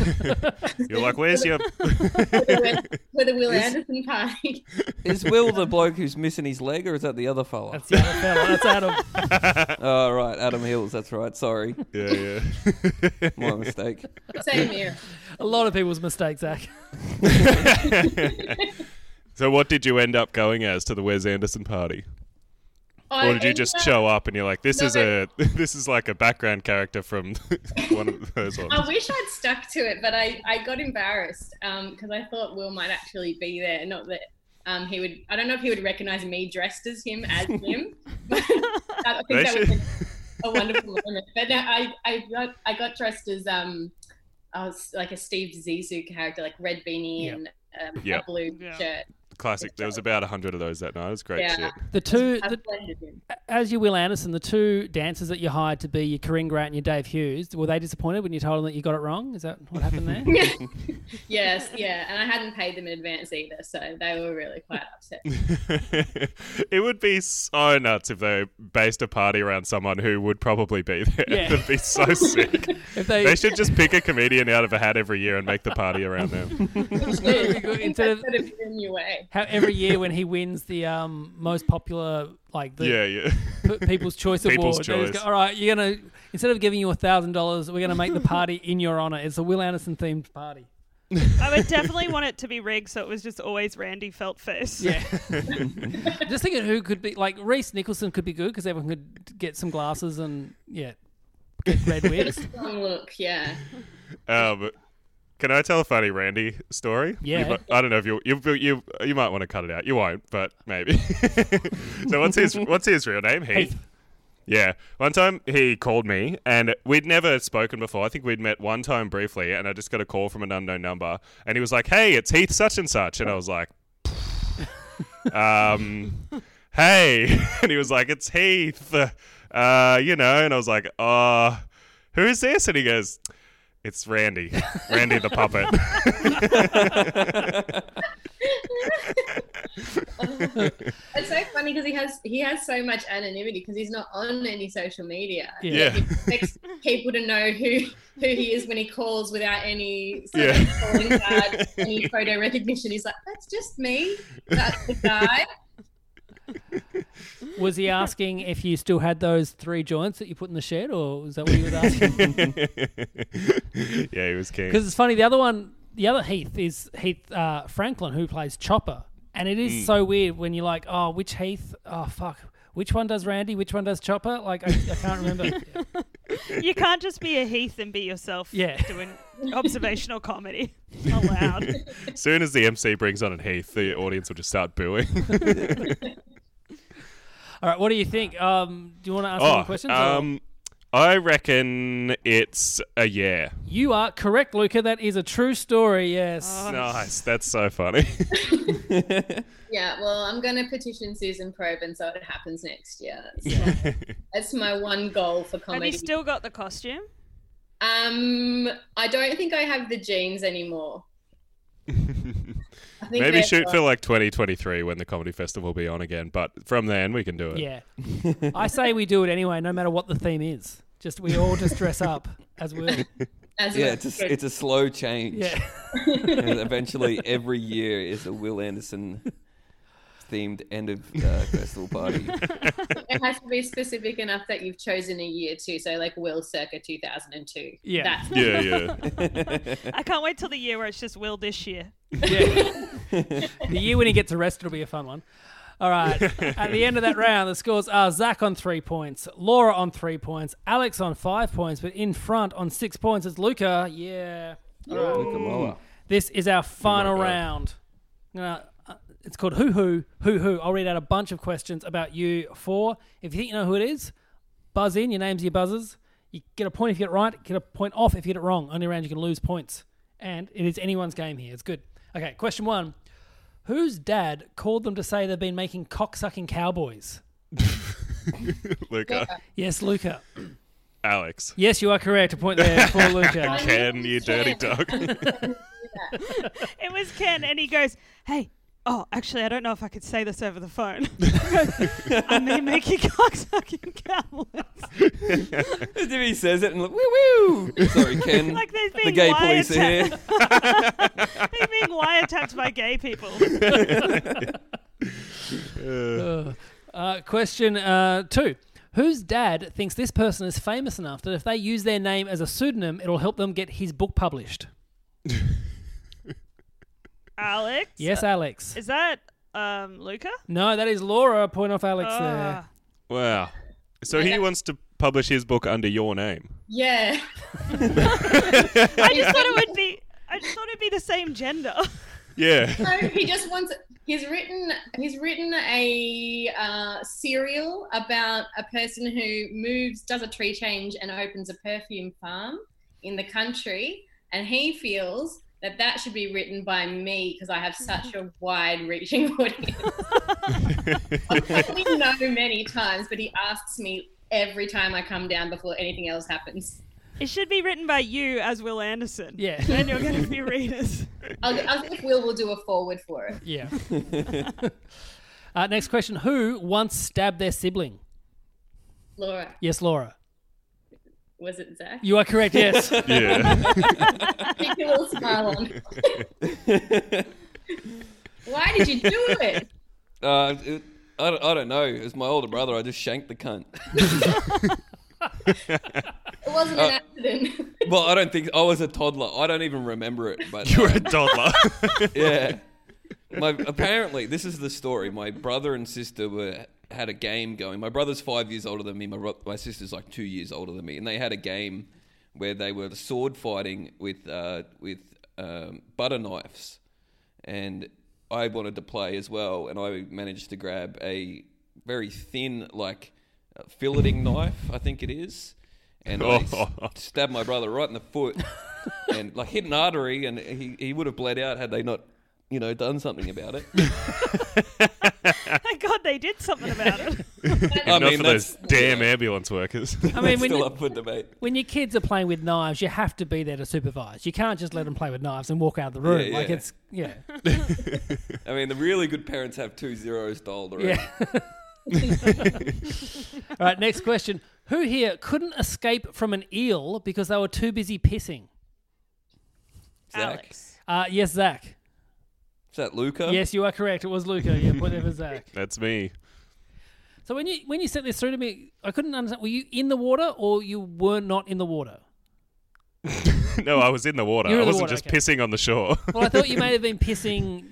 [SPEAKER 4] You're like, where's your?
[SPEAKER 7] for, the, for the Will Anderson party.
[SPEAKER 5] Is Will the bloke who's missing his leg, or is that the other fella?
[SPEAKER 3] That's the other fella. That's Adam.
[SPEAKER 5] oh, right, Adam Hills. That's right. Sorry,
[SPEAKER 4] yeah,
[SPEAKER 5] my mistake.
[SPEAKER 7] Same here.
[SPEAKER 3] A lot of people's mistakes, Zach.
[SPEAKER 4] yeah. so what did you end up going as to the Wes Anderson party? Or did you just show up and you're like, this is
[SPEAKER 7] No.
[SPEAKER 4] a this is like a background character from one of those ones?
[SPEAKER 7] I wish I'd stuck to it, but I, I got embarrassed because I thought Will might actually be there. Not that um, he would, I don't know if he would recognize me dressed as him as him. But I think
[SPEAKER 4] They
[SPEAKER 7] that
[SPEAKER 4] should-
[SPEAKER 7] was a, a wonderful moment. But no, I, I, got, I got dressed as um, I was like a Steve Zissou character, like red beanie
[SPEAKER 3] Yep.
[SPEAKER 7] and um,
[SPEAKER 4] Yep.
[SPEAKER 7] a blue
[SPEAKER 6] Yeah.
[SPEAKER 7] shirt.
[SPEAKER 4] Classic. There was about hundred of those that night. It was great
[SPEAKER 7] Yeah.
[SPEAKER 4] shit.
[SPEAKER 3] The two,
[SPEAKER 7] I
[SPEAKER 3] the,
[SPEAKER 7] blended in.
[SPEAKER 3] as you Will Anderson, the two dancers that you hired to be your Corinne Grant and your Dave Hughes, were they disappointed when you told them that you got it wrong? Is that what happened there?
[SPEAKER 7] yes, yeah, and I hadn't paid them in advance either, so they were really quite upset.
[SPEAKER 4] it would be so nuts if they based a party around someone who would probably be there.
[SPEAKER 3] Yeah.
[SPEAKER 4] That'd be so sick.
[SPEAKER 3] if
[SPEAKER 4] they should just pick a comedian out of a hat every year and make the party around them.
[SPEAKER 3] That'd be good. Instead of
[SPEAKER 7] Sort of in your way.
[SPEAKER 3] how every year when he wins the um, most popular, like the
[SPEAKER 4] yeah, yeah.
[SPEAKER 3] P- People's Choice
[SPEAKER 4] People's
[SPEAKER 3] Award, they just
[SPEAKER 4] Choice.
[SPEAKER 3] go, all right, you're gonna instead of giving you a thousand dollars, we're gonna make the party in your honor. It's a Will Anderson themed party.
[SPEAKER 6] I would definitely want it to be rigged so it was just always Randy Feltface.
[SPEAKER 3] Yeah. Just thinking who could be like Reese Nicholson could be good because everyone could get some glasses and yeah, get red wigs.
[SPEAKER 7] Strong look, yeah.
[SPEAKER 4] Um, can I tell a funny Randy story? You
[SPEAKER 3] Yeah.
[SPEAKER 4] mi- I don't know if you you you you might want to cut it out. You won't, but maybe. so what's his what's his real name? Heath. Yeah. One time he called me and we'd never spoken before. I think we'd met one time briefly and I just got a call from an unknown number and he was like, "Hey, it's Heath such and such." And I was like, um, hey. And he was like, it's Heath, uh, you know. And I was like, uh, who is this? And he goes, it's Randy, Randy the puppet.
[SPEAKER 7] It's so funny because he has he has so much anonymity because he's not on any social media.
[SPEAKER 3] Yeah.
[SPEAKER 4] yeah.
[SPEAKER 7] He expects people to know who who he is when he calls without any sort of
[SPEAKER 4] Yeah.
[SPEAKER 7] calling card, any photo recognition. He's like, that's just me. That's the guy.
[SPEAKER 3] Was he asking if you still had those three joints that you put in the shed, or was that what he was asking?
[SPEAKER 4] yeah, he was keen.
[SPEAKER 3] Because it's funny, the other one, the other Heath is Heath uh, Franklin, who plays Chopper, and it
[SPEAKER 4] Mm.
[SPEAKER 3] is so weird when you're like, oh, which Heath? Oh, fuck. Which one does Randy? Which one does Chopper? Like, I, I can't remember.
[SPEAKER 6] You can't just be a Heath and be yourself
[SPEAKER 3] Yeah.
[SPEAKER 6] doing observational comedy allowed.
[SPEAKER 4] As soon as the MC brings on an Heath, the audience will just start booing.
[SPEAKER 3] All right, what do you think? Um, do you want to ask any questions? or-
[SPEAKER 4] Oh, um, I reckon it's a yeah.
[SPEAKER 3] you are correct, Luca. That is a true story. Yes.
[SPEAKER 6] Oh.
[SPEAKER 4] Nice. That's so funny.
[SPEAKER 7] Yeah, well, I'm going to petition Susan Proben so it happens next year. So that's my one goal for
[SPEAKER 6] Have you
[SPEAKER 7] comedy.
[SPEAKER 6] still got the costume?
[SPEAKER 7] um, I don't think I have the jeans anymore. I think
[SPEAKER 4] Maybe
[SPEAKER 7] they're
[SPEAKER 4] shoot
[SPEAKER 7] gone.
[SPEAKER 4] for like 2023 when the comedy festival will be on again. But from then we can do it.
[SPEAKER 3] yeah. I say we do it anyway, no matter what the theme is. Just we all just dress up as Will.
[SPEAKER 7] as
[SPEAKER 5] Yeah,
[SPEAKER 7] well.
[SPEAKER 5] it's a, it's a slow change.
[SPEAKER 3] Yeah.
[SPEAKER 5] And eventually, every year is a Will Anderson themed end of uh, festival party.
[SPEAKER 7] it has to be specific enough that you've chosen a year too. So like Will circa 2002.
[SPEAKER 3] Yeah.
[SPEAKER 7] That's
[SPEAKER 4] Yeah, yeah.
[SPEAKER 6] I can't wait till the year where it's just Will this year.
[SPEAKER 3] The year when he gets arrested will be a fun one. All right. At the end of that round, the scores are Zach on three points, Laura on three points, Alex on five points, but in front on six points is Luca. Yeah.
[SPEAKER 5] Luca Moa.
[SPEAKER 3] This is our final
[SPEAKER 4] God.
[SPEAKER 3] round. I'm gonna- uh, it's called Who Who Who Who. I'll read out a bunch of questions about you four. If you think you know who it is, buzz in. Your names, your buzzers. You get a point if you get it right. Get a point off if you get it wrong. Only round you can lose points, and it is anyone's game here. It's good. Okay, question one. Whose dad called them to say they've been making cocksucking cowboys?
[SPEAKER 4] Luca,
[SPEAKER 3] Yes, Luca.
[SPEAKER 4] uh, Alex,
[SPEAKER 3] Yes, you are correct. A point there for Luca.
[SPEAKER 4] Ken, you dirty dog.
[SPEAKER 6] It was Ken, and he goes, "Hey, oh, actually, I don't know if I could say this over the phone. I mean, Mickey cocksucking cowboys.
[SPEAKER 5] As if he says it and like, woo woo. Sorry, Ken.
[SPEAKER 6] like they're being
[SPEAKER 5] the gay police are
[SPEAKER 6] wiretapped.
[SPEAKER 5] here.
[SPEAKER 6] they're being wiretapped by gay people.
[SPEAKER 3] Uh, question uh, two. Whose dad thinks this person is famous enough that if they use their name as a pseudonym, it'll help them get his book published?
[SPEAKER 6] Alex.
[SPEAKER 3] Yes, Alex.
[SPEAKER 6] Is that um, Luca?
[SPEAKER 3] No, that is Laura. Point off Alex uh, there.
[SPEAKER 6] Ah.
[SPEAKER 4] Wow. So he wants to publish his book under your name.
[SPEAKER 7] Yeah.
[SPEAKER 6] I just thought it would be. I just thought it'd be the same gender.
[SPEAKER 4] Yeah.
[SPEAKER 7] So he just wants. He's written. He's written a uh, serial about a person who moves, does a tree change, and opens a perfume farm in the country. And he feels that that should be written by me because I have such a wide-reaching audience. I've been no many times, but he asks me every time I come down before anything else happens.
[SPEAKER 6] It should be written by you as Will Anderson.
[SPEAKER 3] Yeah.
[SPEAKER 6] Then you're going to be readers.
[SPEAKER 7] I'll, I'll think Will will do a forward for it.
[SPEAKER 3] Yeah. uh, next question. Who once stabbed their sibling?
[SPEAKER 7] Laura,
[SPEAKER 3] Yes, Laura.
[SPEAKER 7] was it Zach?
[SPEAKER 3] You are correct, yes.
[SPEAKER 4] Yeah.
[SPEAKER 7] Big little smile on. Why did you do it?
[SPEAKER 5] Uh, it, I, don't, I don't know. It's my older brother. I just shanked the cunt.
[SPEAKER 7] It wasn't
[SPEAKER 3] Uh,
[SPEAKER 7] an accident.
[SPEAKER 5] well, I don't think I was a toddler. I don't even remember it. But
[SPEAKER 4] You're
[SPEAKER 5] uh,
[SPEAKER 4] a toddler.
[SPEAKER 5] yeah. My apparently this is the story. My brother and sister were had a game going. My brother's five years older than me. My bro- my sister's like two years older than me, and they had a game where they were sword fighting with uh, with um, butter knives, and I wanted to play as well, and I managed to grab a very thin like uh, filleting knife, I think it is, and I s- stabbed my brother right in the foot and like hit an artery and he, he would have bled out had they not you know done something about it
[SPEAKER 6] Thank God they did something about it.
[SPEAKER 5] i
[SPEAKER 4] Not
[SPEAKER 5] mean
[SPEAKER 4] for
[SPEAKER 5] that's
[SPEAKER 4] those damn ambulance workers.
[SPEAKER 3] I mean, when,
[SPEAKER 5] still up for debate
[SPEAKER 3] when your kids are playing with knives, you have to be there to supervise. You can't just let them play with knives and walk out of the room.
[SPEAKER 5] Yeah,
[SPEAKER 3] Like,
[SPEAKER 5] yeah.
[SPEAKER 3] it's, yeah.
[SPEAKER 5] i mean the really good parents have two zeros dialed already
[SPEAKER 3] Yeah. All right, next question. Who here couldn't escape from an eel because they were too busy pissing?
[SPEAKER 5] Zach.
[SPEAKER 6] Alex.
[SPEAKER 3] Uh, yes, Zach.
[SPEAKER 5] is that luca
[SPEAKER 3] Yes, you are correct. It was Luca. Yeah, whatever, Zach.
[SPEAKER 4] That's me.
[SPEAKER 3] So when you when you sent this through to me, I couldn't understand. Were you in the water or you were not in the water?
[SPEAKER 4] No, I was in the water.
[SPEAKER 3] You were
[SPEAKER 4] I
[SPEAKER 3] in the
[SPEAKER 4] wasn't
[SPEAKER 3] water,
[SPEAKER 4] just
[SPEAKER 3] okay.
[SPEAKER 4] pissing on the shore.
[SPEAKER 3] Well, I thought you may have been pissing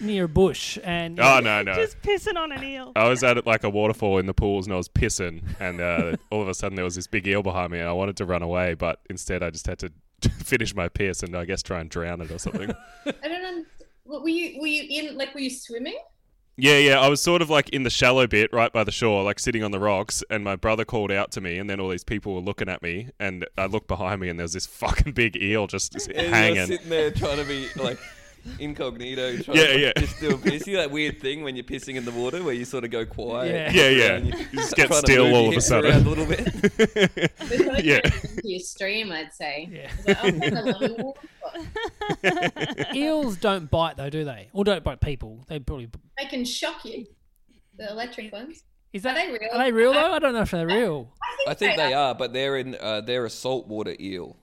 [SPEAKER 3] near a bush, and
[SPEAKER 4] oh no, no.
[SPEAKER 6] Just pissing on an eel.
[SPEAKER 4] I was at like a waterfall in the pools and I was pissing, and uh, all of a sudden there was this big eel behind me, and I wanted to run away, but instead I just had to finish my piss and I guess try and drown it or something.
[SPEAKER 7] I don't know. Were you were you in like were you swimming?
[SPEAKER 4] yeah, yeah, I was sort of like in the shallow bit right by the shore, like sitting on the rocks, and my brother called out to me, and then all these people were looking at me, and I looked behind me, and there was this fucking big eel just s-
[SPEAKER 5] And you're
[SPEAKER 4] hanging.
[SPEAKER 5] sitting there trying to be like incognito trying
[SPEAKER 4] Yeah,
[SPEAKER 5] to
[SPEAKER 4] yeah.
[SPEAKER 5] just do a piss you know that weird thing when you're pissing in the water where you sort of go quiet
[SPEAKER 3] Yeah.
[SPEAKER 4] Yeah, yeah.
[SPEAKER 5] and
[SPEAKER 4] You just get
[SPEAKER 5] trying to
[SPEAKER 4] still
[SPEAKER 5] move
[SPEAKER 4] all
[SPEAKER 5] your
[SPEAKER 4] of a
[SPEAKER 5] hips around a
[SPEAKER 4] sudden.
[SPEAKER 5] little bit
[SPEAKER 7] There's something
[SPEAKER 4] Yeah.
[SPEAKER 7] to your stream, I'd say. Yeah. Like, oh, that's a long walk.
[SPEAKER 3] eels don't bite though, do they? Or don't bite people? They probably
[SPEAKER 7] they can shock you. The electric ones.
[SPEAKER 3] is that
[SPEAKER 7] Are they real?
[SPEAKER 3] Are they real though? I don't know if they're real.
[SPEAKER 5] I think they are, but they're in uh, they're a saltwater eel.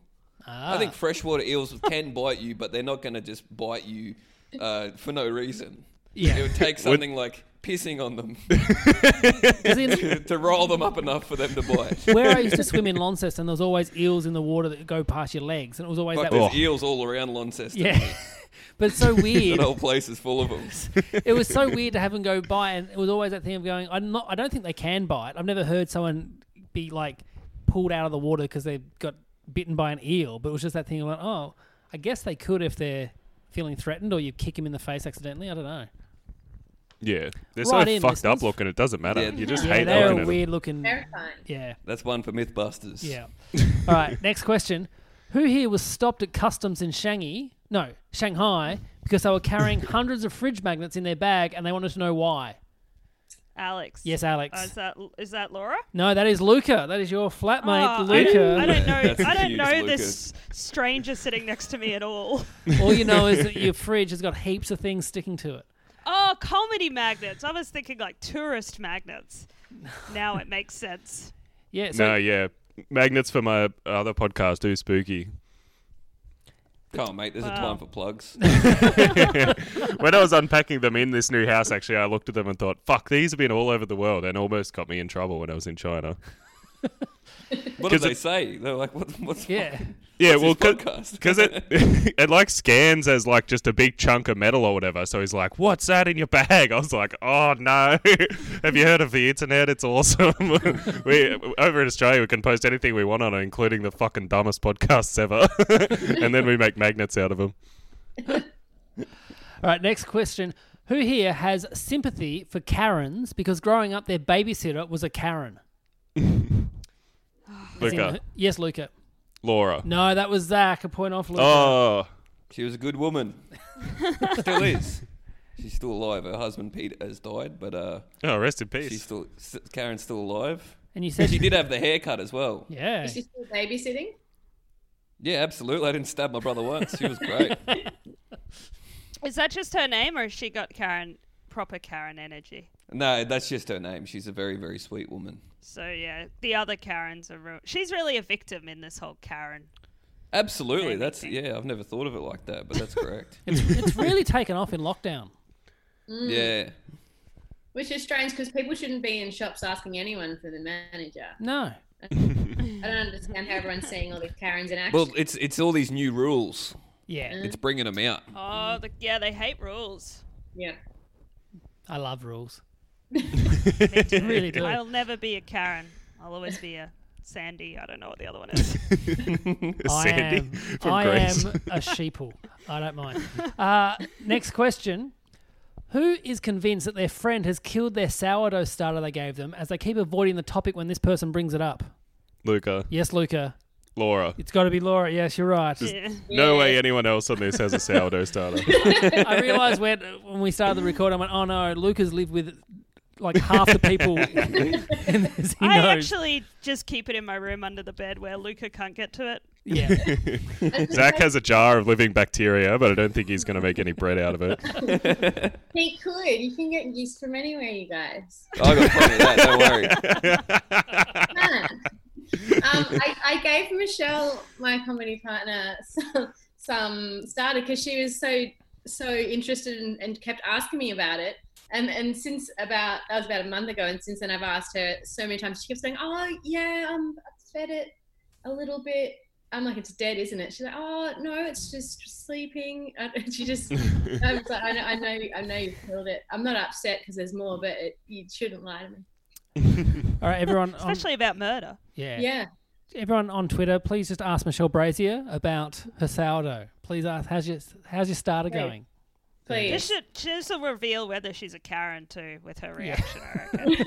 [SPEAKER 5] I
[SPEAKER 3] Ah.
[SPEAKER 5] think freshwater eels can bite you, but they're not going to just bite you uh, for no reason. It
[SPEAKER 3] Yeah,
[SPEAKER 5] would take something like pissing on them
[SPEAKER 3] As in,
[SPEAKER 5] to, to roll them up enough for them to bite.
[SPEAKER 3] where I used to swim in Launceston, there was always eels in the water that go past your legs, and it was always
[SPEAKER 5] Like
[SPEAKER 3] that.
[SPEAKER 4] Oh.
[SPEAKER 5] there's eels all around Launceston.
[SPEAKER 3] Yeah, but it's so
[SPEAKER 5] That
[SPEAKER 3] weird.
[SPEAKER 5] whole place is full of them.
[SPEAKER 3] it was so weird to have them go by, and it was always that thing of going. I'm not. I don't think they can bite. I've never heard someone be like pulled out of the water because they got bitten by an eel. But it was just that thing of like, oh, I guess they could if they're feeling threatened, or you kick them in the face accidentally. I don't know.
[SPEAKER 4] Yeah, they're
[SPEAKER 3] Right
[SPEAKER 4] so
[SPEAKER 3] in,
[SPEAKER 4] fucked
[SPEAKER 3] listeners.
[SPEAKER 4] up looking. It doesn't matter.
[SPEAKER 5] Yeah.
[SPEAKER 4] You just
[SPEAKER 3] Yeah,
[SPEAKER 4] hate
[SPEAKER 3] they're
[SPEAKER 4] looking
[SPEAKER 3] a
[SPEAKER 4] at them.
[SPEAKER 3] weird looking.
[SPEAKER 7] Terrifying.
[SPEAKER 3] Yeah,
[SPEAKER 5] That's one for MythBusters.
[SPEAKER 3] yeah. All right, next question. Who here was stopped at customs in Shanghai? No, Shanghai, because they were carrying hundreds of fridge magnets in their bag, and they wanted to know why.
[SPEAKER 6] Alex.
[SPEAKER 3] Yes, Alex.
[SPEAKER 6] Uh, is that is that Laura?
[SPEAKER 3] No, that is Luca. That is your flatmate,
[SPEAKER 6] Oh,
[SPEAKER 3] Luca.
[SPEAKER 6] I don't know.
[SPEAKER 5] That's
[SPEAKER 6] I don't
[SPEAKER 5] huge,
[SPEAKER 6] know
[SPEAKER 5] Lucas.
[SPEAKER 6] this stranger sitting next to me at all.
[SPEAKER 3] All you know is that your fridge has got heaps of things sticking to it.
[SPEAKER 6] oh, comedy magnets. I was thinking like tourist magnets. Now it makes sense.
[SPEAKER 3] Yeah, so
[SPEAKER 4] no, yeah. Magnets for my other podcast, Do Spooky.
[SPEAKER 5] Come on, mate. There's a time for plugs.
[SPEAKER 4] When I was unpacking them in this new house, actually, I looked at them and thought, fuck, these have been all over the world and almost got me in trouble when I was in China.
[SPEAKER 5] What do
[SPEAKER 4] 'Cause
[SPEAKER 5] they
[SPEAKER 4] it-
[SPEAKER 5] say? They're like, what, what's
[SPEAKER 3] yeah.
[SPEAKER 4] Yeah,
[SPEAKER 5] What's
[SPEAKER 4] well,
[SPEAKER 5] his
[SPEAKER 4] because
[SPEAKER 5] podcast?
[SPEAKER 4] it, it like scans as like just a big chunk of metal or whatever. So he's like, "What's that in your bag?" I was like, "Oh no, have you heard of the internet? It's awesome." we over in Australia, we can post anything we want on it, including the fucking dumbest podcasts ever, and then we make magnets out of them.
[SPEAKER 3] All right, next question. Who here has sympathy for Karens because growing up their babysitter was a Karen? uh,
[SPEAKER 4] Luca,
[SPEAKER 3] Yes, Luca.
[SPEAKER 4] Laura.
[SPEAKER 3] No, that was Zach. A point off, Luca.
[SPEAKER 4] Oh,
[SPEAKER 5] She was a good woman. still is. She's still alive. Her husband Pete has died, but uh,
[SPEAKER 4] oh, rest in
[SPEAKER 5] she's
[SPEAKER 4] peace.
[SPEAKER 5] still S- Karen's still alive.
[SPEAKER 3] And you said
[SPEAKER 5] She did have the haircut as well. Yeah,
[SPEAKER 3] Yeah.
[SPEAKER 7] Is she still babysitting?
[SPEAKER 5] absolutely. I didn't stab my brother once. She was great.
[SPEAKER 6] Is that just her name, or has she got Karen proper Karen energy?
[SPEAKER 5] no, that's just her name. She's a very very sweet woman.
[SPEAKER 6] So yeah, the other Karens are. Real- She's really a victim in this whole Karen.
[SPEAKER 5] Absolutely. That's yeah. I've never thought of it like that, but that's correct.
[SPEAKER 3] it's really taken off in lockdown.
[SPEAKER 5] yeah.
[SPEAKER 7] Which is strange because people shouldn't be in shops asking anyone for the manager.
[SPEAKER 3] No. Hmm.
[SPEAKER 7] I don't understand how everyone's seeing all the Karens in action.
[SPEAKER 5] Well, it's it's all these new rules.
[SPEAKER 3] Yeah.
[SPEAKER 6] Mm.
[SPEAKER 5] It's bringing them out.
[SPEAKER 3] Mm-hmm.
[SPEAKER 6] Oh, the, yeah, they hate rules.
[SPEAKER 7] yeah.
[SPEAKER 3] I love rules.
[SPEAKER 6] really
[SPEAKER 3] do.
[SPEAKER 6] I'll never be a Karen. I'll always be a Sandy. I don't know what the other one is.
[SPEAKER 4] Sandy
[SPEAKER 3] I am,
[SPEAKER 4] from
[SPEAKER 3] I
[SPEAKER 4] Greece.
[SPEAKER 3] am a sheeple. I don't mind. Uh, next question. Who is convinced that their friend has killed their sourdough starter they gave them as they keep avoiding the topic when this person brings it up?
[SPEAKER 4] Luca,
[SPEAKER 3] Yes, Luca.
[SPEAKER 4] Laura.
[SPEAKER 3] It's got to be Laura. Yes, you're right.
[SPEAKER 6] Yeah.
[SPEAKER 4] No way anyone else on this has a sourdough starter.
[SPEAKER 3] I realised when, when we started the record, I went, oh no, Luca's lived with like half the people in this. He
[SPEAKER 6] I
[SPEAKER 3] knows.
[SPEAKER 6] actually just keep it in my room under the bed where Luca can't get to it.
[SPEAKER 3] yeah.
[SPEAKER 4] Zach has a jar of living bacteria, but I don't think he's going to make any bread out of it.
[SPEAKER 7] He could. You can get yeast from anywhere, you guys.
[SPEAKER 5] I got plenty of that. Don't worry.
[SPEAKER 7] Man. um, I, I gave Michelle, my comedy partner, some, some starter because she was so so interested and, and kept asking me about it. And and since about that was about a month ago, and since then I've asked her so many times. She keeps saying, "Oh yeah, um, I fed it a little bit." I'm like, "It's dead, isn't it?" She's like, "Oh no, it's just sleeping." And she just, I was like, "I know, I know, I know you've killed it. I'm not upset because there's more, but it, you shouldn't lie to me."
[SPEAKER 3] All right, everyone. On,
[SPEAKER 6] Especially about murder.
[SPEAKER 3] yeah.
[SPEAKER 7] Yeah.
[SPEAKER 3] everyone on Twitter, please just ask Michelle Brazier about her sourdough. Please ask, how's your how's your starter
[SPEAKER 7] Right.
[SPEAKER 3] going?
[SPEAKER 7] Please.
[SPEAKER 6] This should this will reveal whether she's a Karen too with her reaction. I reckon.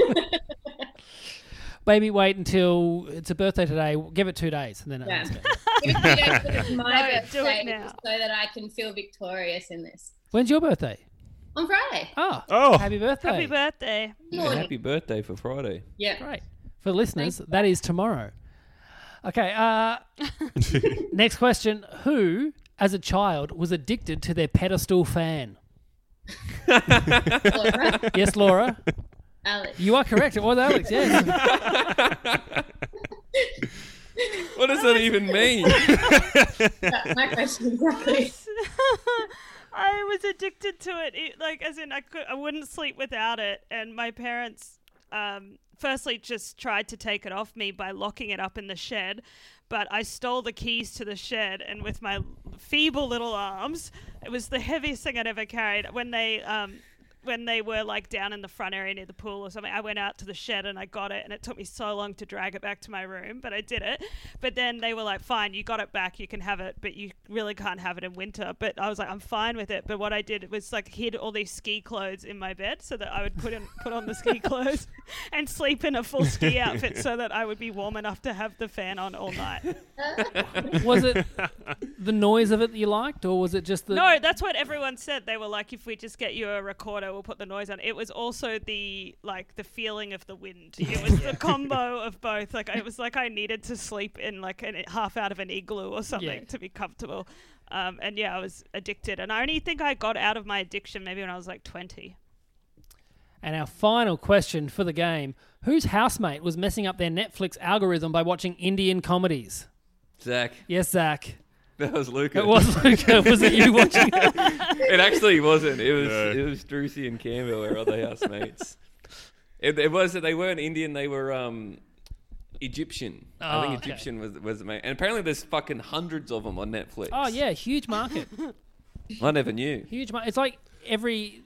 [SPEAKER 3] Baby, wait until it's a birthday today. Give it two days and then
[SPEAKER 7] Yeah.
[SPEAKER 3] ask her.
[SPEAKER 7] If you don't put it in my
[SPEAKER 6] No, do it
[SPEAKER 7] birthday,
[SPEAKER 6] now.
[SPEAKER 7] just so that I can feel victorious in this.
[SPEAKER 3] When's your birthday?
[SPEAKER 7] On Friday
[SPEAKER 3] Oh,
[SPEAKER 4] Oh.
[SPEAKER 3] happy birthday!
[SPEAKER 6] Happy birthday.
[SPEAKER 7] morning.
[SPEAKER 5] Happy birthday for Friday.
[SPEAKER 7] Yeah.
[SPEAKER 3] Great for listeners. That is tomorrow. Okay. Uh, next question: Who, as a child, was addicted to their pedestal fan?
[SPEAKER 7] Laura,
[SPEAKER 3] Yes, Laura,
[SPEAKER 7] Alex.
[SPEAKER 3] you are correct. It was Alex. Yes.
[SPEAKER 5] What does that even mean?
[SPEAKER 7] That's my question exactly.
[SPEAKER 6] I was addicted to it. it. Like, as in, I could, I wouldn't sleep without it. And my parents, um, firstly, just tried to take it off me by locking it up in the shed. But I stole the keys to the shed, and with my feeble little arms, it was the heaviest thing I'd ever carried. When they, um, when they were like down in the front area near the pool or something, I went out to the shed and I got it, and it took me so long to drag it back to my room, but I did it. But then they were like, "Fine, you got it back, you can have it, but you really can't have it in winter." But I was like, "I'm fine with it." But what I did was like hid all these ski clothes in my bed so that I would put in put on the ski clothes and sleep in a full ski outfit so that I would be warm enough to have the fan on all night.
[SPEAKER 3] was it the noise of it that you liked, or was it just the
[SPEAKER 6] No, that's what everyone said. They were like, if we just get you a recorder, so we'll put the noise on. It was also the like the feeling of the wind. It was the combo of both. Like it was like I needed to sleep in like a half out of an igloo or something
[SPEAKER 3] Yeah.
[SPEAKER 6] to be comfortable. Um, and yeah, I was addicted, and I only think I got out of my addiction maybe when I was like twenty.
[SPEAKER 3] And our final question for the game Whose housemate was messing up their Netflix algorithm by watching Indian comedies?
[SPEAKER 5] Zach,
[SPEAKER 3] Yes, Zach.
[SPEAKER 5] that was Luca.
[SPEAKER 3] It was Luca. Was it you watching?
[SPEAKER 5] it actually wasn't. It was
[SPEAKER 4] No.
[SPEAKER 5] it was Drucy and Campbell, our other housemates. It, it was that they weren't Indian. They were um, Egyptian. I
[SPEAKER 3] Oh,
[SPEAKER 5] think
[SPEAKER 3] okay.
[SPEAKER 5] Egyptian was was the main. And apparently, there's fucking hundreds of them on Netflix.
[SPEAKER 3] Oh, yeah. Huge market.
[SPEAKER 5] I never knew.
[SPEAKER 3] Huge market. It's like every,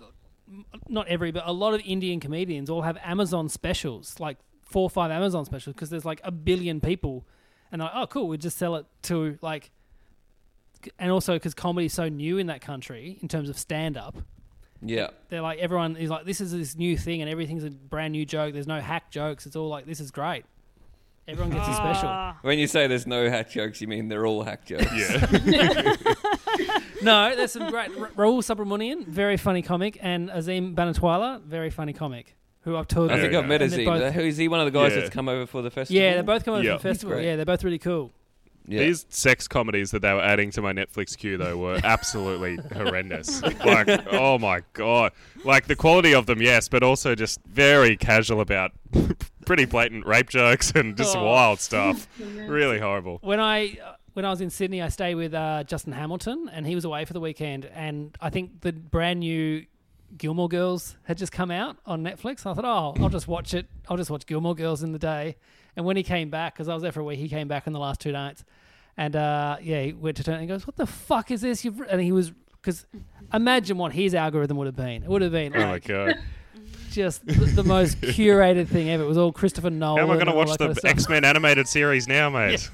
[SPEAKER 3] not every, but a lot of Indian comedians all have Amazon specials, like four or five Amazon specials, because there's like a billion people. And they're like, oh, cool. We just sell it to like, and also because comedy's so new in that country in terms of stand up.
[SPEAKER 5] Yeah.
[SPEAKER 3] they're like everyone is like this is this new thing and everything's a brand new joke there's no hack jokes it's all like this is great everyone gets a special
[SPEAKER 6] Ah,
[SPEAKER 5] When you say there's no hack jokes, you mean they're all hack jokes.
[SPEAKER 4] Yeah.
[SPEAKER 3] no there's some great Ra- Raul Subramanian very funny comic and Azim Banatwala very funny comic who I've toured
[SPEAKER 5] I
[SPEAKER 4] There
[SPEAKER 3] with
[SPEAKER 5] think
[SPEAKER 4] we
[SPEAKER 5] I've
[SPEAKER 4] go.
[SPEAKER 5] met
[SPEAKER 3] And they're
[SPEAKER 5] Azim.
[SPEAKER 3] both-
[SPEAKER 5] Who is he? One of the guys
[SPEAKER 4] Yeah.
[SPEAKER 5] that's come over for the festival.
[SPEAKER 3] yeah they're both coming
[SPEAKER 4] Yeah.
[SPEAKER 3] from the festival
[SPEAKER 5] Great.
[SPEAKER 3] yeah they're both really cool
[SPEAKER 5] Yeah.
[SPEAKER 4] These sex comedies that they were adding to my Netflix queue, though, were absolutely horrendous. Like, oh my God. Like, the quality of them, yes, but also just very casual about pretty blatant rape jokes and just
[SPEAKER 3] Oh.
[SPEAKER 4] wild stuff. Really horrible.
[SPEAKER 3] when I uh, when I was in Sydney, I stayed with uh, Justin Hamilton, and he was away for the weekend. And I think the brand new Gilmore Girls had just come out on Netflix. And I thought, oh, I'll just watch it. I'll just watch Gilmore Girls in the day. And when he came back, because I was there for a week, he came back on the last two nights. And uh, yeah, he went to turn and he goes, "What the fuck is this?" You've re-" and he was because imagine what his algorithm would have been. It would have been
[SPEAKER 4] Oh my
[SPEAKER 3] like
[SPEAKER 4] God.
[SPEAKER 3] just the, the most curated thing ever. It was all Christopher Nolan.
[SPEAKER 4] How am I going
[SPEAKER 3] and
[SPEAKER 4] to
[SPEAKER 3] all
[SPEAKER 4] watch
[SPEAKER 3] that
[SPEAKER 4] the
[SPEAKER 3] kind of stuff.
[SPEAKER 4] X Men animated series now, mate?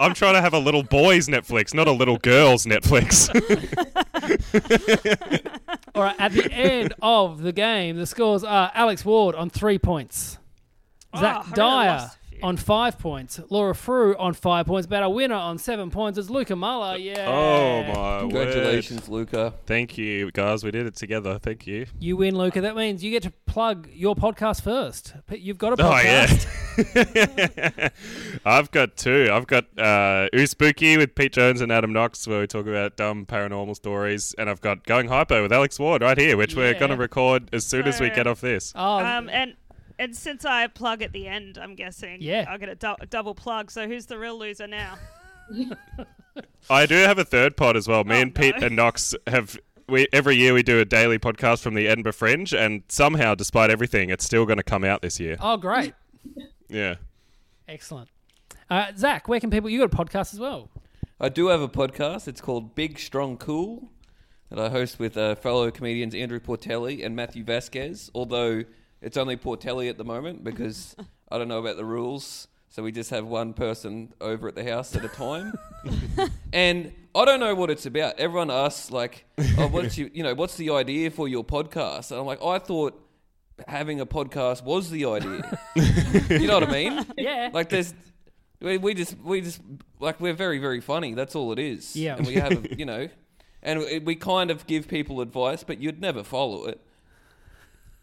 [SPEAKER 4] I'm trying to have a little boy's Netflix, not a little girl's Netflix.
[SPEAKER 3] All right, at the end of the game, the scores are Alex Ward on three points,
[SPEAKER 6] Oh, I
[SPEAKER 3] Zach
[SPEAKER 6] really
[SPEAKER 3] Dyer
[SPEAKER 6] lost a few.
[SPEAKER 3] on five points, Laura Frew on five points, but our winner on seven points is Luca Muller. Yeah.
[SPEAKER 4] oh my
[SPEAKER 5] Congratulations,
[SPEAKER 4] word.
[SPEAKER 5] Luca.
[SPEAKER 4] Thank you, guys. We did it together. Thank you.
[SPEAKER 3] You win, Luca. That means you get to plug your podcast first. P- You've got a
[SPEAKER 4] Oh
[SPEAKER 3] podcast.
[SPEAKER 4] yeah, I've got two. I've got uh, Ooh Spooky with Pete Jones and Adam Knox, where we talk about dumb paranormal stories, and I've got Going Hyper with Alex Ward right here, which we're
[SPEAKER 3] Yeah.
[SPEAKER 4] going to record as soon as we get off this.
[SPEAKER 3] Oh,
[SPEAKER 6] um, and and since I plug at the end, I'm guessing
[SPEAKER 3] Yeah.
[SPEAKER 6] I'll get a dou- double plug. So who's the real loser now?
[SPEAKER 4] I do have a third pod as well. Me
[SPEAKER 6] Oh,
[SPEAKER 4] and Pete
[SPEAKER 6] no.
[SPEAKER 4] and Knox have. We, every year we do a daily podcast from the Edinburgh Fringe, and somehow, despite everything, it's still going to come out this year.
[SPEAKER 3] oh, great.
[SPEAKER 4] Yeah.
[SPEAKER 3] Excellent. Uh, Zach, where can people? You got a podcast as well.
[SPEAKER 5] I do have a podcast. It's called Big Strong Cool that I host with uh, fellow comedians Andrew Portelli and Matthew Vasquez. Although it's only Portelli at the moment because I don't know about the rules, so we just have one person over at the house at a time. and I don't know what it's about. Everyone asks like, "Oh, what's you, you know, what's the idea for your podcast?" And I'm like, "I thought having a podcast was the idea." you know what I mean?
[SPEAKER 3] Yeah.
[SPEAKER 5] like there's we, we just we just like we're very very funny that's all it is
[SPEAKER 3] Yeah.
[SPEAKER 5] and we have a, you know and we- we kind of give people advice but you'd never follow it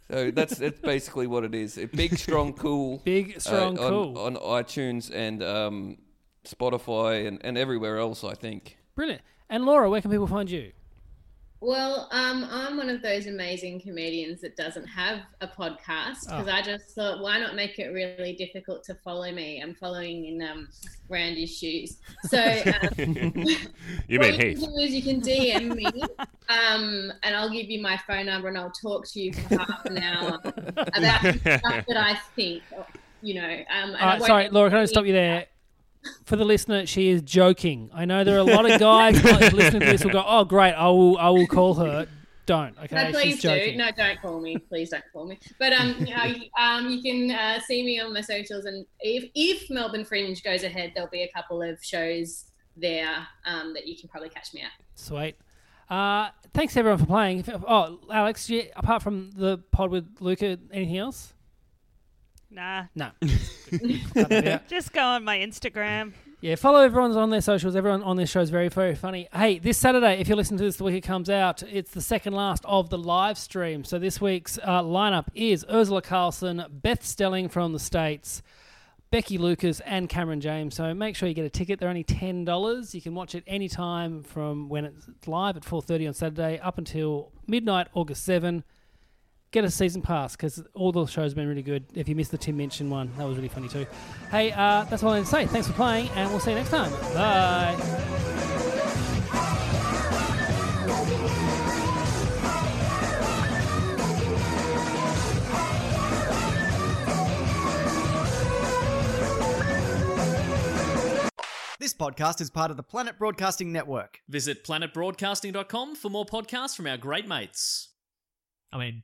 [SPEAKER 5] so that's that's basically what it is A big strong cool uh,
[SPEAKER 3] Big, strong,
[SPEAKER 5] on,
[SPEAKER 3] cool.
[SPEAKER 5] on itunes and um spotify and, and everywhere else i think
[SPEAKER 3] Brilliant. And Laura, where can people find you?
[SPEAKER 7] Well, um, I'm one of those amazing comedians that doesn't have a podcast because I just thought, why not make it really difficult to follow me? I'm following in um, Randy's shoes. So, um,
[SPEAKER 4] You
[SPEAKER 7] what
[SPEAKER 4] mean
[SPEAKER 7] you
[SPEAKER 4] Heath?
[SPEAKER 7] can do is you can DM me um, and I'll give you my phone number and I'll talk to you for half an hour about stuff that I think, you know. Um, and I
[SPEAKER 3] All right,
[SPEAKER 7] won't-
[SPEAKER 3] sorry, Laura, can I just stop you there? For the listener, she is joking. I know there are a lot of guys listening to this will go, "Oh, great, I will, I will call her." Don't, okay?
[SPEAKER 7] No, please
[SPEAKER 3] She's joking.
[SPEAKER 7] do. No, don't call me. Please don't call me. But um, you, know, you- um, you can uh, see me on my socials, and if if Melbourne Fringe goes ahead, there'll be a couple of shows there um, that you can probably catch me at.
[SPEAKER 3] Sweet. Uh, thanks everyone for playing. If- Oh, Alex, do you, apart from the pod with Luca, anything else?
[SPEAKER 6] Nah,
[SPEAKER 3] No. Cut that out.
[SPEAKER 6] just go on my Instagram.
[SPEAKER 3] Yeah, follow everyone's on their socials. Everyone on this show is very, very funny. Hey, this Saturday, if you're listening to this the week it comes out, it's the second last of the live stream. So this week's uh, lineup is Ursula Carlson, Beth Stelling from the States, Becky Lucas, and Cameron James. So make sure you get a ticket. They're only ten dollars. You can watch it any time from when it's live at four thirty on Saturday up until midnight, August seven. Get a season pass because all the shows have been really good. If you missed the Tim Minchin one, that was really funny too. Hey, uh, that's all I need to say. Thanks for playing, and we'll see you next time. Bye.
[SPEAKER 1] This podcast is part of the Planet Broadcasting Network.
[SPEAKER 2] Visit planetbroadcasting.com for more podcasts from our great mates.
[SPEAKER 8] I mean,